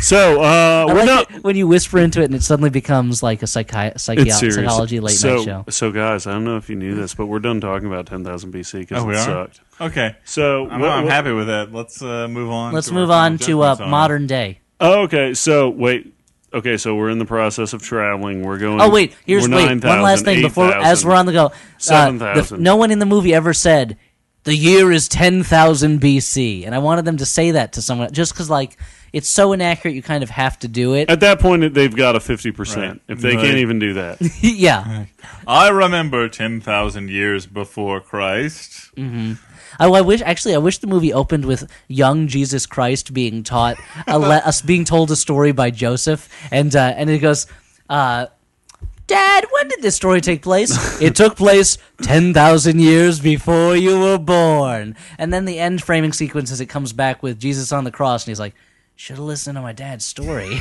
S4: So uh,
S3: I
S4: we're
S3: like
S4: not.
S3: it when you whisper into it and it suddenly becomes like a psychi- psychi-
S4: It's serious.
S3: psychology late
S4: so,
S3: night show.
S4: So, guys, I don't know if you knew this, but we're done talking about 10,000 BC because
S2: Oh,
S4: it
S2: we are?
S4: sucked.
S2: okay.
S4: So,
S2: I'm,
S4: what-
S2: I'm
S4: what-
S2: happy with that. Let's uh, move on.
S3: Let's
S2: to our
S3: move on
S2: final
S3: to uh,
S2: judgments on it.
S3: modern day.
S4: Oh, okay, so wait. Okay, so we're in the process of traveling. We're going.
S3: Oh wait, here's
S4: we're
S3: wait
S4: 9,000,
S3: one last thing before as
S4: 8,000.
S3: we're on the go. uh, the-
S4: 7,000.
S3: no one in the movie ever said the year is ten thousand BC, and I wanted them to say that to someone just because like it's so inaccurate, you kind of have to do it.
S4: At that point, they've got a 50%.
S2: Right.
S4: If they
S2: No,
S4: can't
S2: they-
S4: even do that.
S3: yeah,
S2: I remember 10,000 years before Christ.
S3: Oh, I, I wish actually I wish the movie opened with young Jesus Christ being taught a le- us being told a story by Joseph, and uh, and it goes. Uh, Dad, when did this story take place? it took place 10,000 years before you were born. And then the end framing sequence is it comes back with Jesus on the cross, and he's like, should have listened to my dad's story.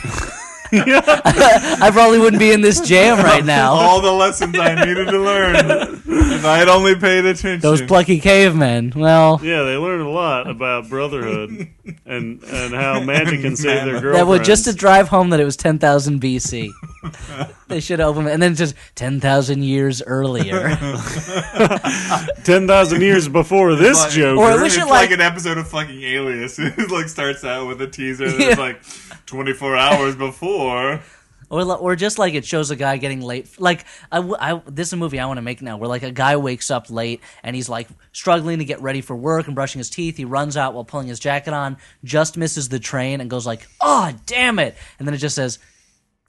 S3: I probably wouldn't be in this jam right now.
S2: All the lessons I needed to learn if I had only paid attention.
S3: Those plucky cavemen. Well,
S4: Yeah, they learned a lot about brotherhood and and how magic can save their girlfriends.
S3: That would just to drive home that it was 10,000 BC. they should open and then just 10,000 years earlier.
S4: ten thousand years before this
S2: Like-
S4: joke.
S3: Or I
S2: it's
S3: wish it
S2: like,
S3: like-
S2: an episode of fucking Alias. it like starts out with a teaser that's
S3: Yeah.
S2: like 24 hours before.
S3: or li- or just like it shows a guy getting late. Like I, w- I- this is a movie I want to make now where like a guy wakes up late and he's like struggling to get ready for work and brushing his teeth. He runs out while pulling his jacket on, just misses the train and goes like, "Oh, damn it." And then it just says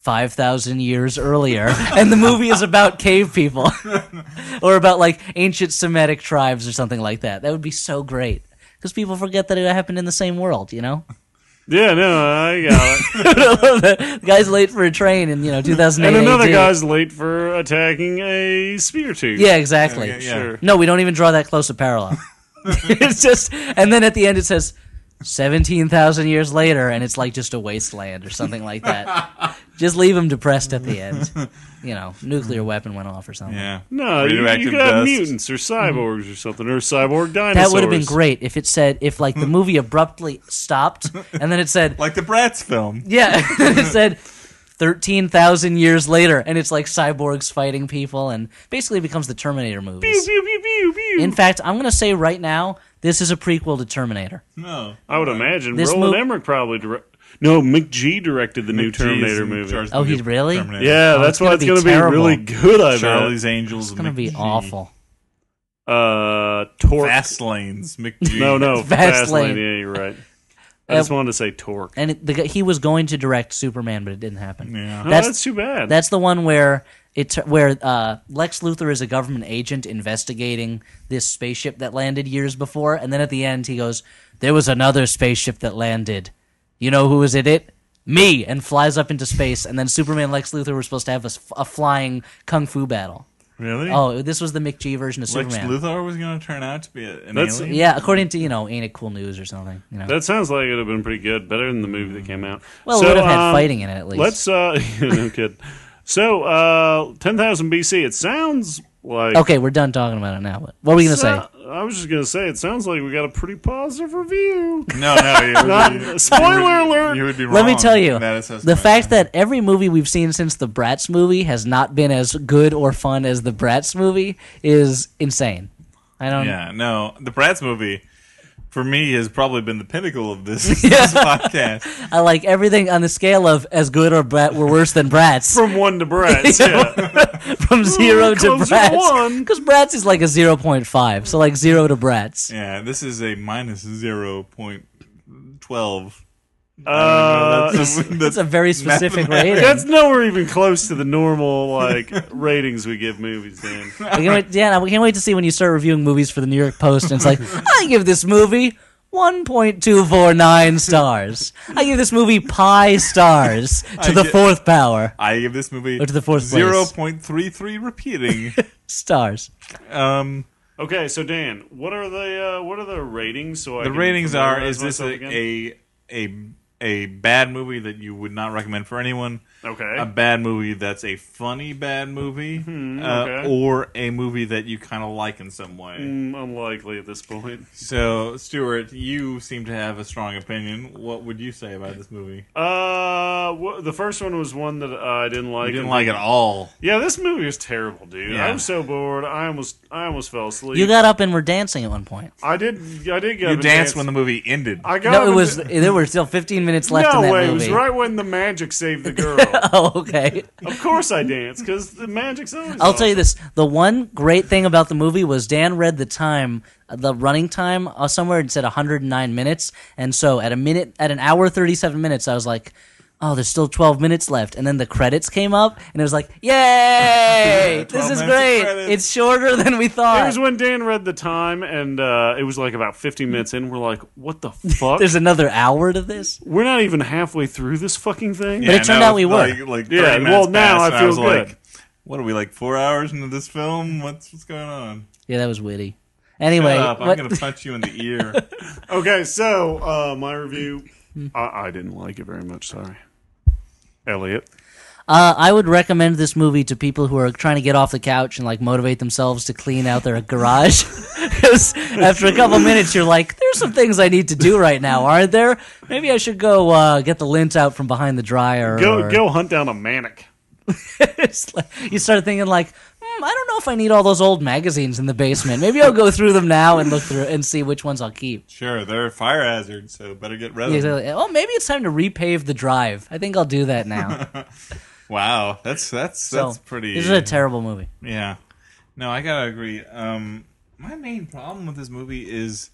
S3: 5,000 years earlier. and the movie is about cave people or about like ancient Semitic tribes or something like that. That would be so great because people forget that it happened in the same world, you know?
S4: yeah, no, I got it.
S3: the guy's late for a train in, you know, 2008.
S4: And another
S3: AD.
S4: guy's late for attacking a spear tooth.
S3: Yeah, exactly.
S2: Yeah, yeah, yeah.
S4: sure.
S3: No, we don't even draw that close a parallel. it's just, and then at the end it says, 17,000 years later, and it's like just a wasteland or something like that. just leave him depressed at the end. You know, nuclear
S4: Mm-hmm.
S3: weapon went off or something.
S2: Yeah.
S4: No, you, you
S2: Radioactive
S4: could have
S2: dust.
S4: mutants or cyborgs or something or cyborg dinosaurs.
S3: Mm-hmm.
S4: Mm-hmm.
S3: That would have been great if it said if like the movie abruptly stopped and then it said
S2: Like the Bratz film.
S3: yeah it said thirteen thousand years later and it's like cyborgs fighting people and basically becomes the Terminator movies.
S4: Pew, pew, pew, pew, pew.
S3: In fact, I'm going to say right now This is a prequel to Terminator.
S2: No.
S4: I would imagine
S3: This
S4: Roland
S3: mo-
S4: Emmerich probably direct. No, McG directed the new
S2: McGee's
S4: Terminator
S2: in
S4: movie.
S2: charge of
S3: Oh,
S2: the new
S3: he really?
S2: Terminator.
S4: Yeah,
S3: Oh,
S4: that's
S3: it's gonna
S4: why it's
S3: be
S4: going to be
S3: terrible.
S4: really good. I bet.
S2: Charlie's Angels.
S3: It's gonna be
S2: McGee.
S3: awful.
S4: Uh, Torque.
S2: Fast lanes. McGee.
S4: No, no,
S3: Fast
S4: Fast Lane.
S3: Lane.
S4: Yeah, you're right. I
S3: Uh,
S4: just wanted to say Torque.
S3: And it, the, guy- he was going to direct Superman, but it didn't happen.
S2: Yeah.
S4: No,
S3: That's-
S4: Oh, that's, too bad.
S3: That's the one where it where uh, Lex Luthor is a government agent investigating this spaceship that landed years before, and then at the end he goes, "There was another spaceship that landed. You know who was it? It." Me and flies up into space, and then Superman and Lex Luthor were supposed to have a, s- a flying kung fu battle.
S2: Really?
S3: Oh, this was the McG version of
S2: Lex
S3: Superman.
S2: Luthor was going to turn out to be a- an
S4: That's-
S2: alien.
S3: Yeah, according to you know, ain't it cool news or something? You know,
S4: that sounds like it would have been pretty good. Better than the movie that came out.
S3: well,
S4: So,
S3: it would have had
S4: um,
S3: fighting in it at least.
S4: Let's. uh No kid. So, uh, 10,000 BC. It sounds like.
S3: okay, we're done talking about it now. But what are we Oh, gonna say?
S4: So- I was just gonna say it sounds like we got a pretty positive review.
S2: No, no. You would
S4: Not-
S2: be-
S4: spoiler
S2: you would-
S4: alert!
S2: You would be wrong.
S3: Let me tell you,
S2: in that assessment.
S3: the fact that every movie we've seen since the Bratz movie has not been as good or fun as the Bratz movie is insane. I don't.
S2: Yeah, no. The Bratz movie, for me, has probably been the pinnacle of this, this podcast.
S3: I like everything on the scale of as good or Brat or worse than Bratz
S4: From one to Bratz, yeah.
S3: from zero to
S4: closer to
S3: Bratz
S4: one.
S3: because Bratz is like a zero point five, so like zero to Bratz.
S2: Yeah, this is a minus 0.12.
S4: Uh,
S2: that's, a-
S3: That's a very specific
S2: mathematic-
S3: rating.
S4: that's nowhere even close to the normal like ratings we give movies. Dan,
S3: I can't wait, Dan, I can't wait to see when you start reviewing movies for the New York Post. And it's like, I give this movie 1.249 stars. I give this movie pi stars to the
S2: get-
S3: fourth power
S2: I give this movie
S3: Or to the fourth place.
S2: 0.33 repeating.
S3: stars.
S2: um,
S4: okay, so Dan, what are the uh, what are the ratings? So I
S2: the
S4: can
S2: ratings are:
S4: familiarize
S2: is this
S4: myself
S2: a,
S4: again?
S2: a a a bad movie that you would not recommend for anyone?
S4: okay? Hmm,
S2: A bad movie that's a funny bad movie,
S4: okay.
S2: uh, or a movie that you kind of like in some way.
S4: Mm, unlikely at this point.
S2: So, Stuart, you seem to have a strong opinion. What would you say about this movie?
S4: Uh, wh- the first one was one that I didn't like.
S2: I didn't like it all.
S4: Yeah, this movie was terrible, dude.
S2: Yeah.
S4: I was so bored. I almost I almost fell asleep.
S3: You got up and were dancing at one point.
S4: I did. I did. Get
S2: You
S4: up and
S2: danced
S4: dance.
S2: when the movie ended.
S4: I got up
S3: No, it
S4: and
S3: was,
S4: da-
S3: there were still 15 minutes left
S4: no
S3: in that
S4: way.
S3: movie.
S4: It was right when the magic saved the girl.
S3: Oh, okay.
S4: of course I danced because the magic's always.
S3: I'll
S2: Oh,
S3: tell you this: the one great thing about the movie was Dan read the time, the running time uh, somewhere and said 109 minutes, and so at a minute, at an hour 37 minutes, I was like. Oh, there's still 12 minutes left. And then the credits came up, and it was like, yay! this
S2: 12 minutes
S3: is
S2: of
S3: great.
S2: credits.
S3: It's shorter than we
S4: It
S3: thought.
S4: was when Dan read the time, and uh, it was like about 50 minutes in. We're like, what the fuck?
S3: there's another hour to this.
S4: we're not even halfway through this fucking thing.
S3: it turned out we were.
S2: Like, like
S4: Yeah,
S2: 30 minutes
S4: well, now
S2: passed,
S4: I
S2: and
S4: feel
S2: was
S4: good.
S2: like, what are we like four hours into this film? What's what's going on?
S3: Yeah, that was witty.
S2: Shut
S3: Anyway,
S2: up, I'm
S3: what-
S2: gonna punch you in the ear.
S4: Okay, so uh, my review. I-, I didn't like it very much. Sorry, Elliot.
S3: Uh, I would recommend this movie to people who are trying to get off the couch and like motivate themselves to clean out their garage. 'Cause after a couple minutes, you're like, "There's some things I need to do right now, aren't there? Maybe I should go uh, get the lint out from behind the dryer."
S4: Go
S3: or-
S4: go hunt down a manic.
S3: It's like- you start thinking like, hmm, "I don't know if I need all those old magazines in the basement. Maybe I'll go through them now and look through and see which ones I'll keep."
S2: sure, they're a fire hazard, so better get rid
S3: Yeah,
S2: of them.
S3: exactly. Oh, maybe it's time to repave the drive. I think I'll do that now.
S2: Wow, that's that's
S3: So,
S2: that's pretty.
S3: This is a terrible movie.
S2: Yeah. No, I gotta agree. Um, my main problem with this movie is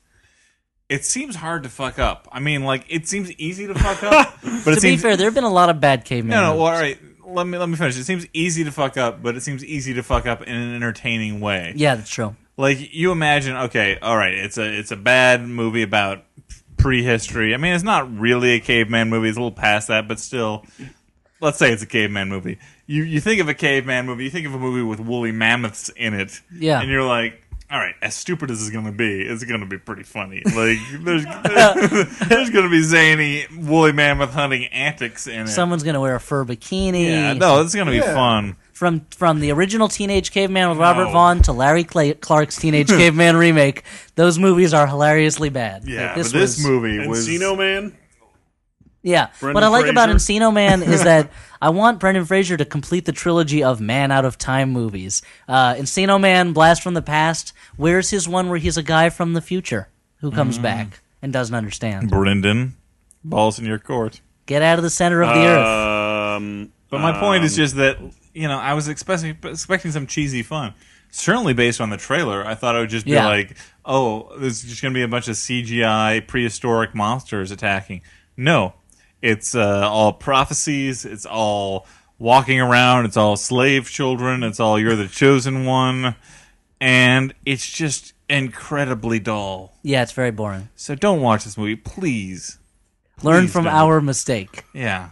S2: it seems hard to fuck up. I mean, like it seems easy to fuck up, but
S3: To
S2: it
S3: be
S2: seems
S3: fair, there have been a lot of bad cavemen.
S2: no, no.
S3: movies.
S2: Well, all right. Let me let me finish. It seems easy to fuck up, but it seems easy to fuck up in an entertaining way.
S3: yeah, that's true.
S2: Like you imagine, okay, all right, it's a it's a bad movie about prehistory. I mean, it's not really a caveman movie. It's a little past that, but still, let's say it's a caveman movie. You you think of a caveman movie, you think of a movie with woolly mammoths in it,
S3: Yeah.
S2: and you're like. All right, as stupid as it's going to be, it's going to be pretty funny. Like there's there's, going to be zany woolly mammoth hunting antics in it.
S3: Someone's gonna wear a fur bikini.
S2: yeah, no, it's going to be fun.
S3: From from the original Teenage Caveman with Robert
S2: No.
S3: Vaughn to Larry Cla- Clark's Teenage Caveman remake, those movies are hilariously bad.
S2: Yeah,
S3: Like,
S2: but this
S3: was-
S2: movie was
S4: Encino Man.
S3: Yeah, what I
S4: Brendan
S3: like about
S4: Fraser.
S3: Encino Man is that I want Brendan Fraser to complete the trilogy of Man Out of Time movies. Uh, Encino Man, Blast from the Past. Where's his one where he's a guy from the future? who comes
S2: Mm-hmm.
S3: back and doesn't understand.
S2: Brendan, balls in your court.
S3: Get out of the center
S2: Uh,
S3: of the earth.
S4: Um,
S2: But my point is just that you know I was expecting expecting some cheesy fun. Certainly based on the trailer, I thought it would just be
S3: Yeah.
S2: like, oh, there's just going to be a bunch of CGI prehistoric monsters attacking. No, it's uh, all prophecies. It's all walking around. It's all slave children. It's all you're the chosen one, and it's just incredibly dull.
S3: Yeah, it's very boring.
S2: So don't watch this movie, please.
S3: Learn
S2: Please
S3: from
S2: don't.
S3: our mistake.
S2: Yeah.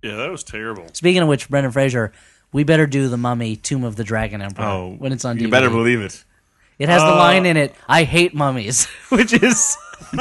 S4: yeah, that was terrible.
S3: Speaking of which, Brendan Fraser, we better do the Mummy: Tomb of the Dragon Emperor
S2: Oh,
S3: when it's on DVD.
S2: You better believe Uh, it.
S3: it has the line in it, "I hate mummies," which is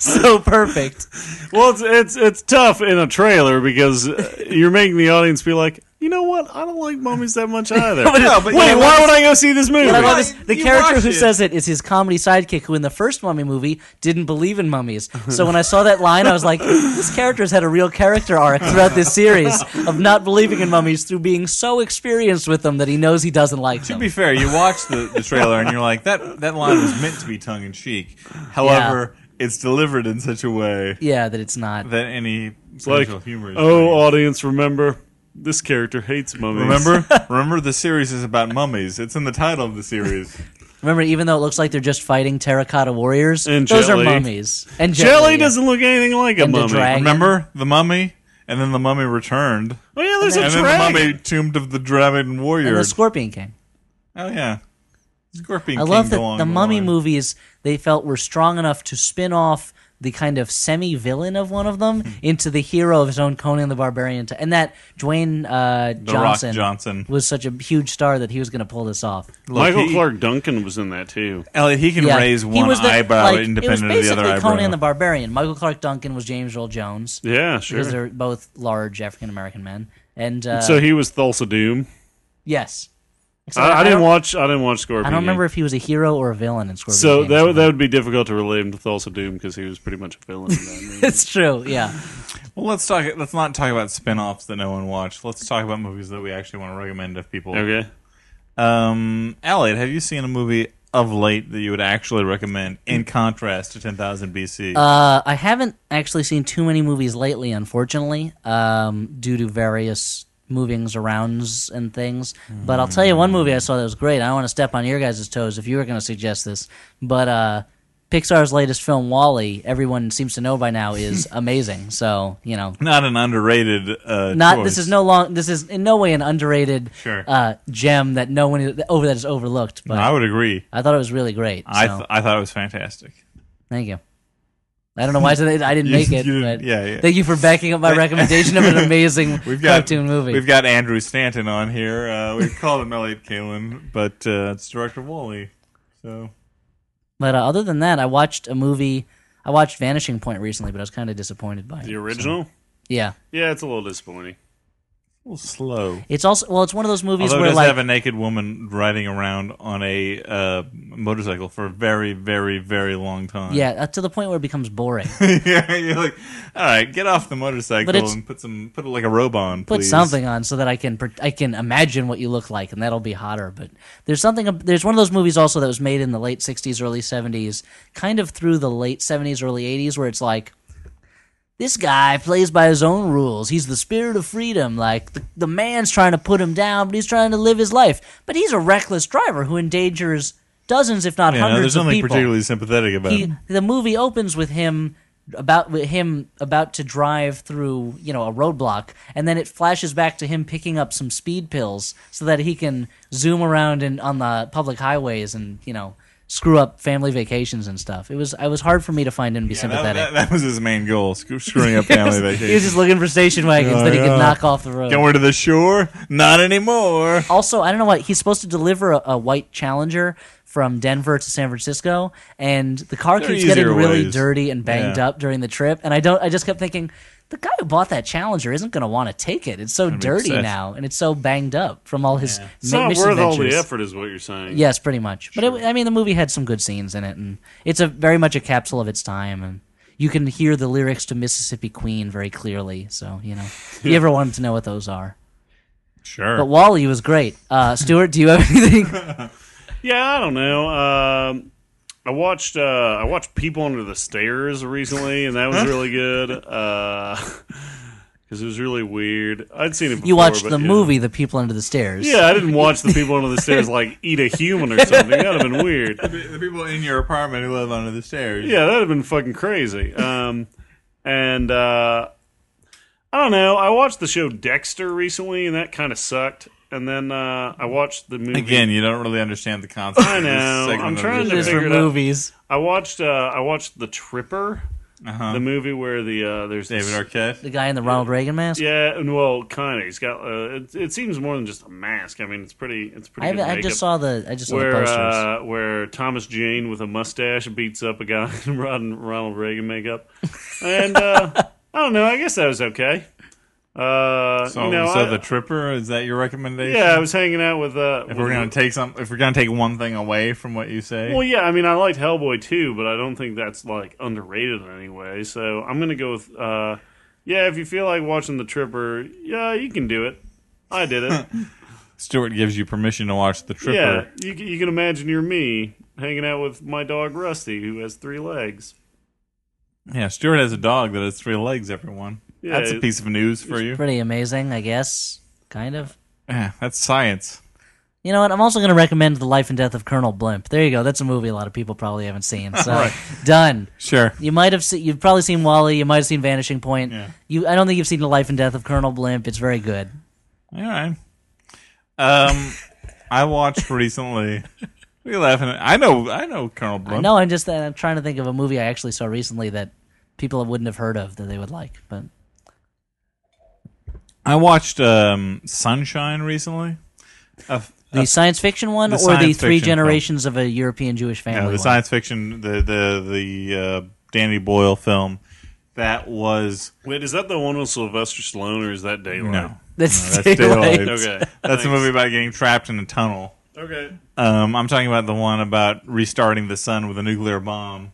S3: so perfect.
S4: Well, it's it's it's tough in a trailer because uh, you're making the audience be like, you know what? I don't like mummies that much either.
S3: But-
S2: No, but
S4: Wait,
S2: you know
S4: why
S2: what?
S4: would I go see this movie?
S3: But I love
S2: Why-
S3: this. The
S2: you
S3: character
S2: watch
S3: who
S2: it.
S3: says it is his comedy sidekick, who in the first Mummy movie didn't believe in mummies. So when I saw that line, I was like, this character's had a real character arc throughout this series of not believing in mummies through being so experienced with them that he knows he doesn't like
S2: To
S3: them.
S2: be fair, you watch the, the trailer and you're like, that that line was meant to be tongue in cheek. However, it's delivered in such a way
S3: yeah, that it's not.
S2: that any
S4: like,
S2: potential humor is.
S4: oh,
S2: raised.
S4: audience, remember this character hates mummies.
S2: remember, remember, the series is about mummies. It's in the title of the series.
S3: Remember, even though it looks like they're just fighting terracotta warriors,
S4: And
S3: those
S4: Jelly.
S3: are mummies. And
S4: Jelly
S3: yeah.
S4: doesn't look anything like a
S3: And the
S4: mummy.
S3: dragon.
S2: Remember the mummy, and then the mummy returned,
S4: Oh yeah, there's a
S2: and then the mummy
S4: dragon.
S2: tombed of the dragon
S3: And
S2: warrior.
S3: the Scorpion King.
S2: oh yeah, scorpion.
S3: I love
S2: King
S3: that
S2: along
S3: the
S2: the
S3: Mummy
S2: line.
S3: movies they felt were strong enough to spin off the kind of semi villain of one of them
S2: Hmm.
S3: into the hero of his own Conan the Barbarian, t- and that Dwayne uh,
S2: The Rock
S3: Johnson,
S2: Johnson.
S3: was such a huge star that he was going to pull this off.
S2: Look,
S4: Michael
S2: he-
S4: Clark Duncan was in that too.
S2: Elliot, he can
S3: Yeah,
S2: raise
S3: he
S2: one
S3: was the-
S2: eyebrow
S3: like,
S2: independent
S3: it was
S2: of the
S3: basically
S2: other eyebrow.
S3: Conan the Barbarian. Michael Clark Duncan was James Earl Jones
S4: Yeah,
S3: because
S4: sure.
S3: they're both large African American men, and uh,
S4: So he was Thulsa Doom.
S3: yes, Except
S4: I, I didn't
S3: don't-
S4: watch. I didn't watch Scorpion.
S3: I don't
S4: King.
S3: remember if he was a hero or a villain in Scorpion.
S4: So
S3: King,
S4: that would- that would be difficult to relate him to Thulsa Doom because he was pretty much a villain. In that movie.
S3: it's true. Yeah,
S2: Well, let's talk. Let's not talk about spin-offs that no one watched. Let's talk about movies that we actually want to recommend if people.
S4: okay.
S2: Um, Elliot, have you seen a movie of late that you would actually recommend in contrast to 10,000 BC?
S3: Mm. Uh, I haven't actually seen too many movies lately, unfortunately, um, due to various movings arounds and things. But I'll tell you one movie I saw that was great. I don't want to step on your guys' toes if you were going to suggest this, but uh, Pixar's latest film, Wally, everyone seems to know by now, is amazing. So you know,
S2: not an underrated. Uh,
S3: not
S2: choice.
S3: this is no long. This is in no way an underrated
S2: Sure.
S3: uh, gem that no one is, over that is overlooked. But
S2: I would agree.
S3: I thought it was really great.
S2: I
S3: so.
S2: th- I thought it was fantastic.
S3: Thank you. I don't know why I didn't I didn't
S2: You-
S3: make it.
S2: you didn't-
S3: but
S2: yeah, yeah.
S3: Thank you for backing up my recommendation of an amazing
S2: We've got
S3: cartoon movie.
S2: We've got Andrew Stanton on here. Uh, we've called him Elliot Kalin, but uh, it's director Wally. So
S3: but uh, other than that, I watched a movie. I watched Vanishing Point recently, but I was kind of disappointed by it.
S4: The original.
S3: Yeah,
S4: Yeah, it's a little disappointing.
S2: a little slow.
S3: it's also well, it's one of those movies
S2: Although it
S3: where
S2: does
S3: like
S2: have a naked woman riding around on a uh, motorcycle for a very, very, very long time.
S3: yeah, uh, to the point where it becomes boring.
S2: yeah, you're like, all right, get off the motorcycle
S3: But it's-
S2: and put some, put like a robe on,
S3: Put
S2: please.
S3: something on so that I can per- I can imagine what you look like, and that'll be hotter. But there's something ab- there's one of those movies also that was made in the late '60s, early '70s, kind of through the late '70s, early '80s, where it's like this guy plays by his own rules. He's the spirit of freedom. Like the, the man's trying to put him down, but he's trying to live his life. But he's a reckless driver who endangers dozens, if not
S2: You know,
S3: hundreds,
S2: there's
S3: of
S2: nothing
S3: people
S2: particularly sympathetic about it.
S3: he, the movie opens with him about with him about to drive through you know a roadblock and then it flashes back to him picking up some speed pills so that he can zoom around and on the public highways and you know screw up family vacations and stuff it was it was hard for me to find him to be
S2: That,
S3: sympathetic
S2: that- that was his main goal: sc- screwing up family
S3: he was
S2: vacation.
S3: just looking for station wagons that he
S2: yeah.
S3: could knock off the road
S2: Going to the shore? Not anymore.
S3: also, I don't know what he's supposed to deliver a, a white Challenger from Denver to San Francisco, and the car
S2: There are
S3: keeps getting
S2: easier
S3: really
S2: ways.
S3: dirty and banged
S2: Yeah.
S3: up during the trip. And I don't, I just kept thinking, the guy who bought that Challenger isn't going to want to take it. It's so dirty
S2: upset.
S3: now, and it's so banged up from all his
S4: It's
S3: mi-
S4: not worth all the
S3: misadventures.
S4: effort, is what you're saying.
S3: Yes, pretty much. But it, I mean, the movie had some good scenes in it, and it's a very much a capsule of its time, and you can hear the lyrics to Mississippi Queen very clearly. So you know, if you ever wanted to know what those are.
S2: Sure.
S3: But Wally was great. Uh, Stuart, do you have anything?
S4: Yeah, I don't know. Um, I watched uh, I watched People Under the Stairs recently, and that was really good. Because it was really weird. I'd seen it. before.
S3: You watched
S4: but
S3: the
S4: yeah.
S3: movie The People Under the Stairs.
S4: Yeah, I didn't watch the People Under the Stairs like eat a human or something. That'd have been weird.
S2: The people in your apartment who live under the stairs.
S4: Yeah, that'd have been fucking crazy. Um, and uh, I don't know. I watched the show Dexter recently, and that kind of sucked. And then uh, I watched the movie
S2: Again, you don't really understand the concept.
S4: I
S2: of this
S4: know.
S2: segment
S4: I'm
S2: of
S4: trying
S2: the
S4: to
S3: Just
S2: show.
S3: for
S4: figured out-
S3: movies.
S4: I watched uh, I watched The Tripper,
S2: Uh-huh.
S4: the movie where the uh, there's
S2: David
S4: this-
S2: Arquette.
S3: The guy in the Ronald Reagan mask.
S4: Yeah, and well, kind of. He's got. Uh, it, it seems more than just a mask. I mean, it's pretty. It's pretty.
S3: I,
S4: good
S3: haven't- I
S4: makeup.
S3: just saw the I just saw the
S4: where
S3: posters.
S4: uh, where Thomas Jane with a mustache beats up a guy in Ron- Ronald Reagan makeup, and uh, I don't know. I guess that was okay. Uh,
S2: So,
S4: you know,
S2: so
S4: I-
S2: the tripper is that your recommendation?
S4: yeah, I was hanging out with. Uh,
S2: If
S4: with-
S2: we're gonna take some, if we're gonna take one thing away from what you say,
S4: well, yeah, I mean, I liked Hellboy too, but I don't think that's like underrated in any way. So I'm gonna go with. Uh, yeah, if you feel like watching the Tripper, yeah, you can do it. I did it.
S2: Stuart gives you permission to watch the tripper.
S4: yeah, you, c- you can imagine you're me hanging out with my dog Rusty, who has three legs.
S2: Yeah, Stuart has a dog that has three legs. Everyone,
S4: Yeah,
S2: that's a
S4: it-
S2: piece of news for you.
S3: Pretty amazing, I guess. Kind of.
S2: Yeah, that's science.
S3: You know what? I'm also going to recommend The Life and Death of Colonel Blimp. There you go. That's a movie a lot of people probably haven't seen. So done.
S2: Sure.
S3: You might have seen. You've probably seen Wally. You might have seen Vanishing Point. You. I don't think you've seen The Life and Death of Colonel Blimp. It's very good.
S2: All right. Um, I watched recently. What are you laughing at? I know, I know, Colonel Blimp.
S3: No, I'm just. I'm trying to think of a movie I actually saw recently that people wouldn't have heard of that they would like. But
S2: I watched um, Sunshine recently. Uh,
S3: the science fiction one
S2: the
S3: or the
S2: science
S3: three
S2: fiction film.
S3: generations of a European Jewish family.
S2: yeah, the
S3: one?
S2: science fiction, the the the uh, Danny Boyle film. That was
S4: Wait, is that the one with Sylvester Stallone, or is that Daylight?
S2: no.
S3: That's,
S2: That's
S3: daylight.
S2: Daylight.
S4: Okay,
S2: That's
S4: thanks.
S2: a movie about getting trapped in a tunnel.
S4: Okay.
S2: Um, I'm talking about the one about restarting the sun with a nuclear bomb,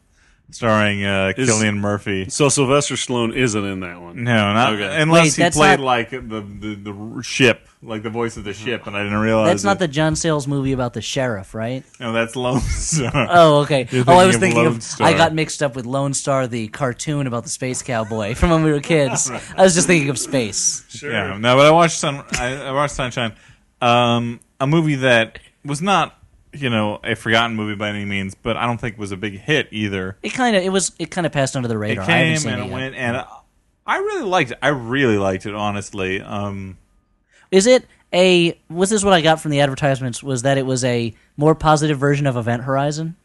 S2: starring uh,
S4: Is-
S2: Killian Murphy.
S4: So Sylvester Stallone isn't in that one.
S2: No, not
S4: Okay.
S2: unless
S3: Wait,
S2: he
S3: that's
S2: played
S3: not-
S2: like the, the the ship, like the voice of the ship, and I didn't realize
S3: That's not
S2: it.
S3: the John Sayles movie about the sheriff, right?
S2: No, that's Lone Star.
S3: Oh, okay. Oh, I was
S2: thinking
S3: thinking
S2: of Lone
S3: of.
S2: Star.
S3: I got mixed up with Lone Star, the cartoon about the space cowboy from when we were kids. I was just thinking of space.
S4: Sure.
S2: Yeah, no, but I watched Sun. I, I watched Sunshine, um, a movie that was not you know a forgotten movie by any means, but I don't think was a big hit either.
S3: It kind of. It was. It kind of passed under the
S2: It
S3: radar. I haven't
S2: came
S3: seen
S2: and
S3: it
S2: it
S3: yet.
S2: went, and I really liked it. I really liked it, honestly. Um,
S3: Is it a? Was this what I got from the advertisements? Was that it was a more positive version of Event Horizon?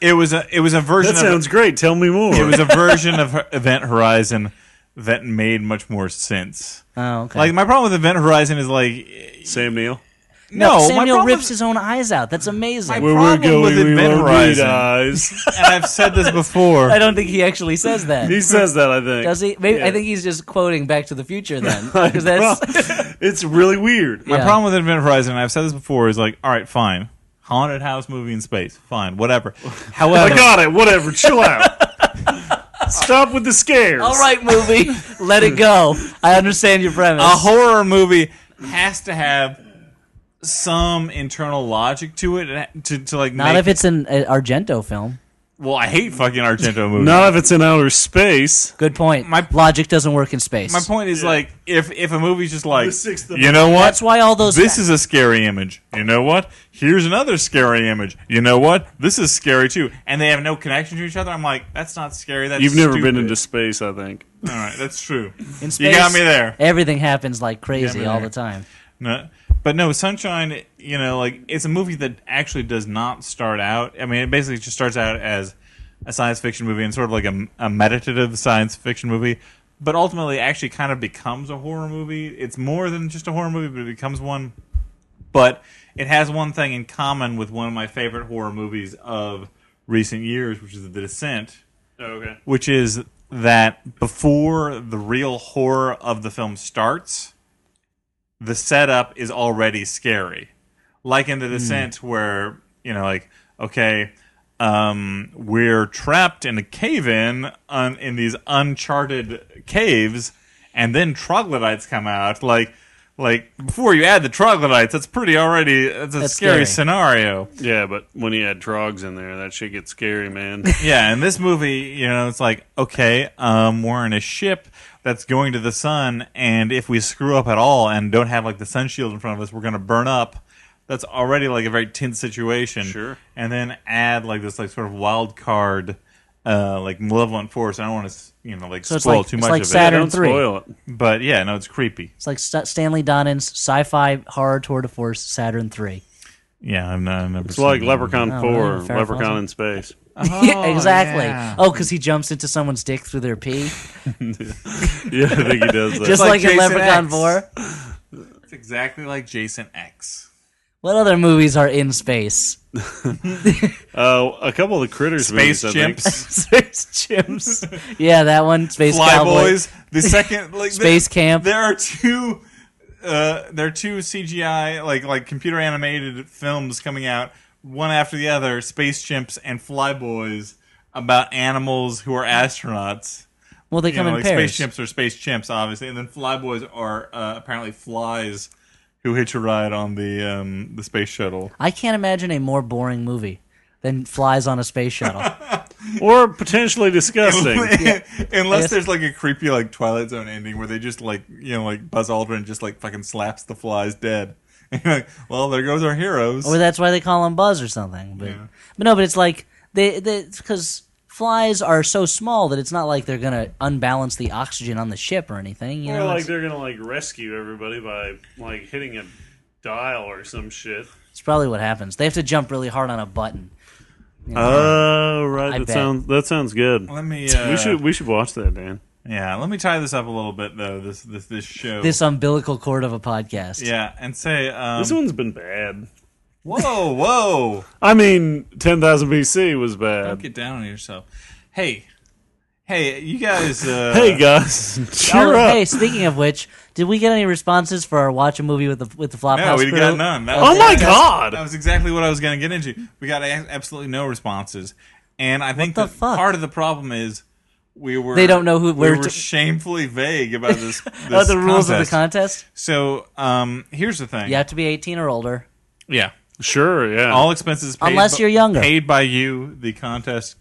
S2: it was a it was a version.
S4: That
S2: of
S4: sounds great. Tell me more.
S2: it was a version of Event Horizon that made much more sense.
S3: Oh, okay.
S2: Like my problem with Event Horizon is like
S4: Sam Neill.
S2: no, my
S3: Samuel
S2: problem-
S3: rips his own eyes out. That's amazing.
S2: Where we're Problem with going, we Event won't need Horizon.
S4: eyes.
S2: and I've said this before.
S3: I don't think he actually says that.
S4: he says that. I think.
S3: Does he? Maybe,
S4: Yeah.
S3: I think he's just quoting Back to the Future then, because that's
S4: Well, it's really weird.
S2: My
S3: Yeah.
S2: problem with Event Horizon, and I've said this before, is like, all right, fine, haunted house movie in space, fine, whatever.
S4: I
S2: However,
S4: got it. Whatever. Chill out. Stop with the scares.
S3: all right. Movie, let it go. I understand your premise.
S2: a horror movie has to have some internal logic to it to, to like
S3: Not
S2: make.
S3: if it's an uh, Argento film.
S2: well, I hate fucking Argento movies.
S4: Not if it's in outer space.
S3: Good point.
S2: My-
S3: logic doesn't work in space.
S2: My point is like, if if a movie's just like,
S4: The sixth
S2: you know what?
S3: That's why all those.
S2: This is a scary image. You know what? Here's another scary image. You know what? This is scary too. And they have no connection to each other. I'm like, that's not scary. That's
S4: You've never been
S2: stupid.
S4: into space. I think.
S2: All right, that's true.
S3: in space,
S2: You got me there.
S3: Everything happens like crazy
S2: me
S3: all
S2: there.
S3: the time.
S2: No, but no, Sunshine. You know, like it's a movie that actually does not start out. I mean, it basically just starts out as a science fiction movie and sort of like a, a meditative science fiction movie. But ultimately, actually, kind of becomes a horror movie. It's more than just a horror movie, but it becomes one. But it has one thing in common with one of my favorite horror movies of recent years, which is The Descent,
S4: Okay.
S2: which is that before the real horror of the film starts, the setup is already scary. Like in The Descent, where, you know, like, okay, um, we're trapped in a cave in, un- in these uncharted caves, and then troglodytes come out. Like, Like before you add the troglodytes, that's pretty already. That's a
S3: That's scary.
S2: scary, scenario.
S4: Yeah, but when you add trogs in there, that shit gets scary, man.
S2: Yeah, in this movie, you know, it's like okay, um, we're in a ship that's going to the sun, and if we screw up at all and don't have like the sun shield in front of us, we're gonna burn up. That's already like a very tense situation.
S4: Sure.
S2: And then add like this like sort of wild card, uh, like malevolent force. I don't want to you know like
S3: So it's
S2: spoil
S3: like-
S2: too
S3: it's
S2: much
S3: like
S2: of
S3: Saturn-
S4: Don't
S3: three.
S4: spoil it.
S2: it, but yeah, no, it's creepy.
S3: It's like St- Stanley Donen's sci-fi horror tour de force, Saturn Three.
S2: Yeah, I'm not. I've never
S4: It's like
S2: seen it.
S4: Leprechaun
S3: Oh,
S4: Four,
S3: really? Farrah
S4: Leprechaun
S3: Fawcett?
S4: in space.
S2: Oh,
S3: exactly.
S2: yeah.
S3: Oh, because he jumps into someone's dick through their pee,
S4: Yeah, I think he does that.
S3: just
S2: like
S3: like, in
S2: Jason
S3: Leprechaun
S2: X.
S3: Four.
S2: It's exactly like Jason X.
S3: What other movies are in space?
S4: uh, a couple of the critters movies,
S2: Space
S4: I think.
S2: chimps,
S3: Space chimps. Yeah, that one. Space
S2: fly
S3: cowboy.
S2: boys. The second, like
S3: Space
S2: there,
S3: camp.
S2: There are two. Uh, there are two CGI like like computer animated films coming out one after the other. Space chimps and fly boys about animals who are astronauts.
S3: Well, they
S2: You
S3: come
S2: know,
S3: in
S2: like
S3: pairs.
S2: space chimps are space chimps, obviously, and then fly boys are uh, apparently flies who hitch a ride on the um, the space shuttle.
S3: I can't imagine a more boring movie than flies on a space shuttle.
S4: or potentially disgusting.
S2: Unless
S3: Yes.
S2: there's like a creepy like Twilight Zone ending where they just like you know like Buzz Aldrin just like fucking slaps the flies dead. And you're like, well, there goes our heroes.
S3: or that's why they call him Buzz or something. But, but no, but it's like they because flies are so small that it's not like they're gonna unbalance the oxygen on the ship or anything. You
S4: Or
S3: know,
S4: like
S3: it's,
S4: they're gonna like rescue everybody by like hitting a dial or some shit.
S3: it's probably what happens. They have to jump really hard on a button.
S4: Oh right,
S3: I
S4: that
S3: bet.
S4: sounds that sounds good.
S2: let me. Uh,
S4: we should we should watch that, Dan.
S2: Yeah, let me tie this up a little bit though. This this this show.
S3: This umbilical cord of a podcast.
S2: yeah, and say, um,
S4: This one's been bad.
S2: whoa, whoa,
S4: I mean, ten thousand BC was bad.
S2: don't get down on yourself. Hey, hey, you guys. Uh,
S4: Hey guys, cheer
S3: Oh,
S4: up.
S3: hey, speaking of which, did we get any responses for our watch a movie with the with the Flophouse?
S2: No, we
S3: crew?
S2: got none. That
S4: oh
S2: was-
S4: my
S2: that- That
S4: god!
S2: was exactly what I was going to get into. We got a- absolutely no responses, and I think
S3: the
S2: that
S3: fuck?
S2: part of the problem is we were
S3: They don't know who-
S2: we
S3: where
S2: were
S3: to-
S2: shamefully vague about this. this
S3: Oh, the rules of the
S2: contest.
S3: contest.
S2: So um, here's the thing.
S3: You have to be 18 or older.
S2: Yeah.
S4: Sure, yeah.
S2: All expenses paid
S3: Unless
S2: bu-
S3: you're younger.
S2: paid by you, the contest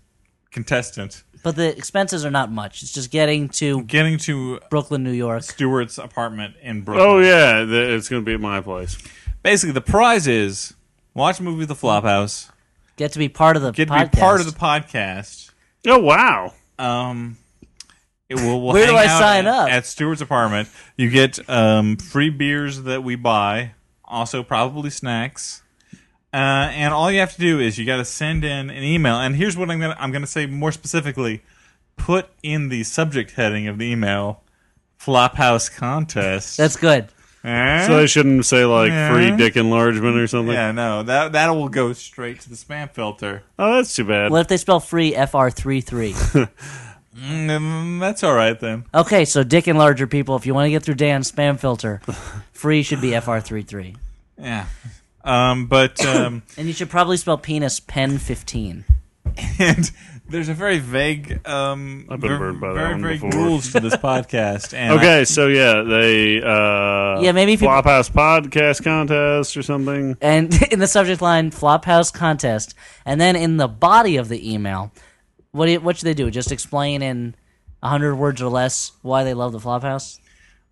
S2: contestant,
S3: But the expenses are not much. It's just getting to
S2: getting to
S3: Brooklyn, New York.
S2: Stewart's apartment in Brooklyn.
S4: oh yeah, the, it's gonna be at my place.
S2: Basically, the prize is watch a movie with the Flophouse,
S3: Get to be part of the
S2: get to
S3: podcast.
S2: be part of the podcast.
S4: Oh wow,
S2: Um, it will, we'll
S3: Where do
S2: hang
S3: I
S2: out
S3: sign
S2: at,
S3: up?
S2: At Stewart's apartment, you get um, free beers that we buy, also probably snacks. Uh, and all you have to do is you got to send in an email. And here's what I'm gonna I'm gonna say more specifically: put in the subject heading of the email "Flophouse Contest."
S3: That's good.
S2: Eh?
S4: so they shouldn't say like
S2: Yeah.
S4: free dick enlargement or something.
S2: yeah, no that that will go straight to the spam filter.
S4: Oh, that's too bad.
S3: What if they spell free FR33?
S2: Mm, that's all right then.
S3: okay, so dick and larger people, if you want to get through Dan's spam filter, free should be FR33.
S2: Yeah. Um, but um,
S3: And you should probably spell penis pen15.
S2: and there's a very vague, um,
S4: I've been
S2: ver-
S4: burned by that
S2: very
S4: one
S2: vague
S4: before.
S2: rules to this podcast. And I-
S4: Okay, so yeah, they uh
S3: Yeah, maybe if you-
S4: Flophouse podcast contest or something.
S3: And in the subject line, Flophouse contest. And then in the body of the email, what, do you, what should they do? Just explain in 100 words or less why they love the Flophouse?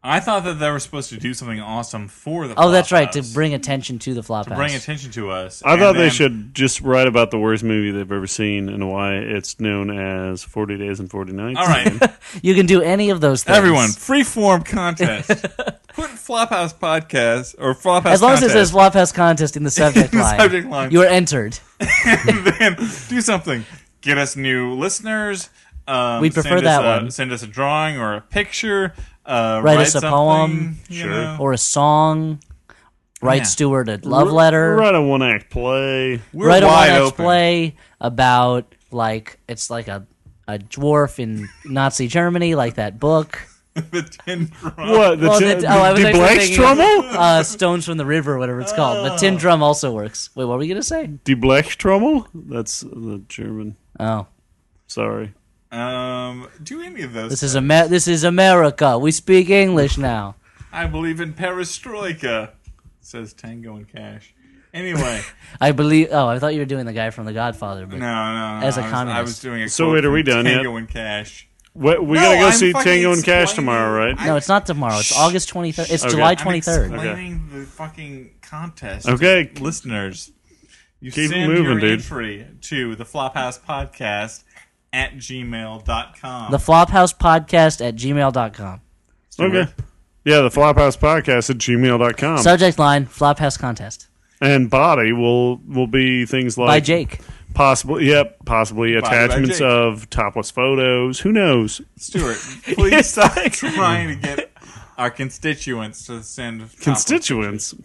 S2: I, thought that they were supposed to do something awesome for the.
S3: Oh, that's right, to
S2: Flophouse,
S3: bring attention to the Flophouse.
S2: bring attention to us.
S4: I
S2: And
S4: thought they
S2: then-
S4: should just write about the worst movie they've ever seen and why it's known as Forty Days and Forty Nights.
S2: All right,
S3: You can do any of those things.
S2: everyone, free form contest. Put Flophouse podcast or Flophouse.
S3: As long as it says
S2: contest.
S3: Flophouse contest in the subject,
S2: The
S3: line,
S2: subject line.
S3: you are entered.
S2: then do something. Get us new listeners. Um,
S3: We prefer
S2: send
S3: that
S2: us a,
S3: one.
S2: Send us a drawing or a picture. Uh,
S3: Write us a
S2: something,
S3: poem.
S2: you
S4: Sure.
S2: know.
S3: or a song. Write
S2: Yeah.
S3: Stewart a love letter.
S4: Write a one act play.
S2: We're
S3: Write a
S2: wide
S3: one-act
S2: open.
S3: play about like it's like a a dwarf in Nazi Germany, like that book.
S2: the tin drum.
S4: What the,
S3: Well,
S4: t-
S3: the-
S4: the,
S3: oh, I was
S4: the
S3: actually
S4: Black's
S3: thinking of-
S4: Trommel?
S3: Uh, Stones from the River, whatever it's called. But
S2: Ah.
S3: Tin Drum also works. Wait, what were we gonna say?
S4: Die Black's Trommel? That's the German.
S3: Oh,
S4: Sorry.
S2: Um, do any of those?
S3: this is Amer- This is America. We speak English now.
S2: I believe in perestroika, says Tango and Cash. Anyway,
S3: I believe. Oh, I thought you were doing the guy from The Godfather. But
S2: no, no, no.
S3: As a
S2: I was, I
S3: communist.
S2: was doing a
S4: So
S2: quote
S4: wait, are
S2: from
S4: we done yet?
S2: Tango and Cash.
S4: We, we
S2: No,
S4: gotta go
S2: I'm
S4: see
S2: fucking
S4: Tango and Cash
S2: explaining-
S4: tomorrow, right?
S2: I-
S3: no, it's not tomorrow. It's August twenty third. It's July
S2: I'm
S3: twenty third.
S2: explaining the fucking contest.
S4: Okay.
S2: listeners, you
S4: Keep it
S2: send
S4: moving,
S2: your
S4: dude.
S2: entry to the Flophouse Podcast at gmail.com.
S3: The Flophouse Podcast at gmail.com.
S4: okay. Yeah, the Flophouse Podcast at gmail.com.
S2: Um.
S3: Subject line Flophouse Contest
S4: and body will will be things like
S3: by Jake.
S4: possibly yep, possibly attachments
S2: Jake.
S4: of topless photos. Who knows?
S2: Stuart, please stop trying to get our constituents to send
S4: Constituents.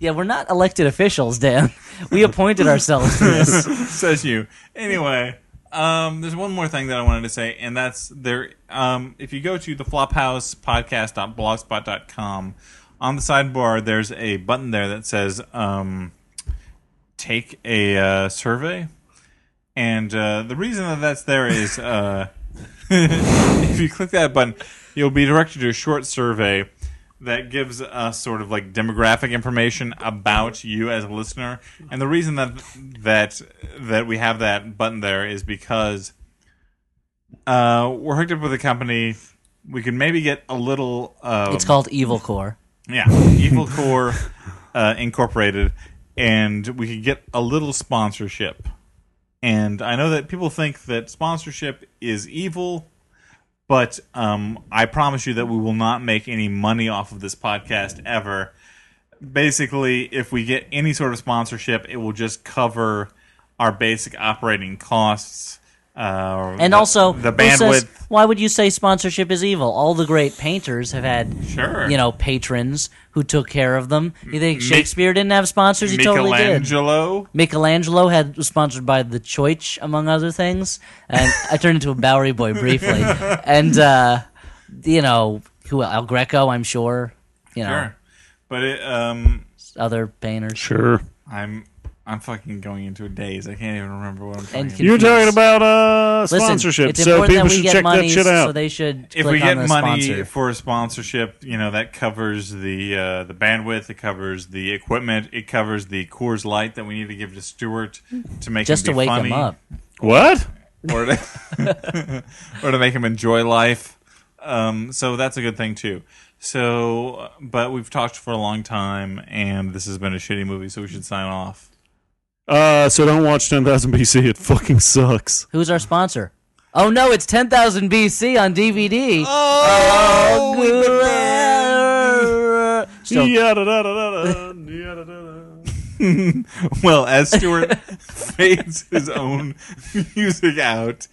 S3: Yeah, we're not elected officials, Dan. We appointed ourselves to this.
S2: says you. Anyway, um, there's one more thing that I wanted to say, and that's there. Um, if you go to the flophhousepodcast.blogspot.com, on the sidebar there's a button there that says um, "Take a uh, survey," and uh, the reason that that's there is uh, if you click that button, you'll be directed to a short survey. That gives us sort of like demographic information about you as a listener, and the reason that that that we have that button there is because uh, we're hooked up with a company. We could maybe get a little. Um,
S3: It's called Evil Core.
S2: yeah, Evil Core uh, Incorporated, and we could get a little sponsorship. And I know that people think that sponsorship is evil, but um, I promise you that we will not make any money off of this podcast ever. Basically, if we get any sort of sponsorship, it will just cover our basic operating costs. Uh,
S3: And
S2: the-
S3: also,
S2: the
S3: who
S2: bandwidth.
S3: says- why would you say sponsorship is evil? All the great painters have had,
S2: Sure.
S3: you know, patrons who took care of them. You think Shakespeare didn't have sponsors? He totally did.
S2: Michelangelo.
S3: Michelangelo had was sponsored by the Choich, among other things, and I turned into a Bowery boy briefly. And uh, you know who el- El Greco, I'm sure. You know
S2: Sure. But it, um,
S3: other painters.
S4: Sure.
S2: I'm I'm fucking going into a daze. I can't even remember what I'm talking
S3: And
S2: about.
S3: can-
S4: You're
S3: Confused.
S4: talking about uh
S3: Listen,
S4: sponsorship.
S3: it's
S4: so
S3: important
S4: people
S3: that we
S4: should
S3: get
S4: check
S3: money,
S4: that shit out.
S3: so they should.
S2: If
S3: click
S2: we
S3: on
S2: get
S3: the
S2: money
S3: sponsor.
S2: for sponsorship, you know that covers the uh, the bandwidth, it covers the equipment, it covers the Coors Light that we need to give to Stuart to make
S3: just to
S2: him be
S3: wake
S2: funny,
S3: him up.
S4: what?
S2: or to, or to make him enjoy life. Um, so that's a good thing too. So, uh, but we've talked for a long time, and this has been a shitty movie, so we should sign off.
S4: Uh so don't watch ten thousand BC, it fucking sucks.
S3: Who's our sponsor? Oh no, it's 10,000 BC on DVD.
S2: Oh,
S3: So
S4: Yada-da-da-da-da, yada-da-da.
S2: Well, as Stuart fades his own music out,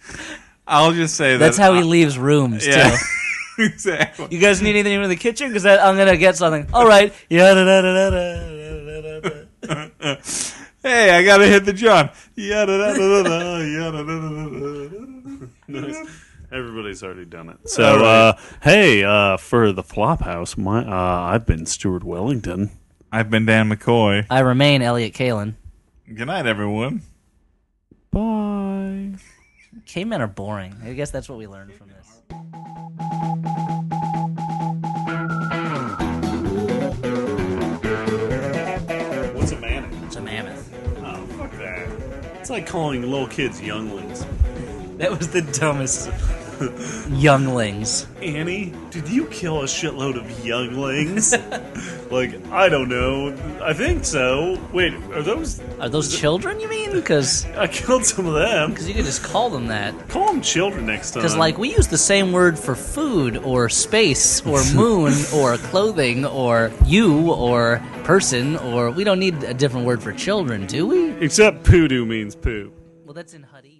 S2: I'll just say that
S3: that's how he
S2: I-
S3: leaves rooms
S2: Uh, Yeah,
S3: too.
S2: exactly.
S3: You guys need anything in the kitchen? Because I'm gonna get something. All right. Yeah. da, da, da, da, da, da, da, da.
S2: Hey, I gotta hit the drum. Yada-da-da-da-da, yada-da-da-da-da.
S4: Everybody's already done it. So, uh, hey, uh, for the Flophouse, my uh, I've been Stuart Wellington.
S2: I've been Dan McCoy.
S3: I remain Elliot Kalin.
S2: Good night, everyone.
S4: Bye.
S3: K-men are boring. I guess that's what we learned from this.
S4: What's a man?
S3: It's a mammoth.
S4: Oh, fuck that. It's like calling little kids younglings.
S3: That was the dumbest. Younglings.
S4: Annie, did you kill a shitload of younglings? like, I don't know. I think so. Wait, are those?
S3: Are those children? You mean? Because
S4: I killed some of them.
S3: you could just call them that.
S4: Call them children next time.
S3: Because like we use the same word for food or space or moon or clothing or you or person or we don't need a different word for children, do we?
S4: except poodoo means poop.
S3: Well, that's in Huddy.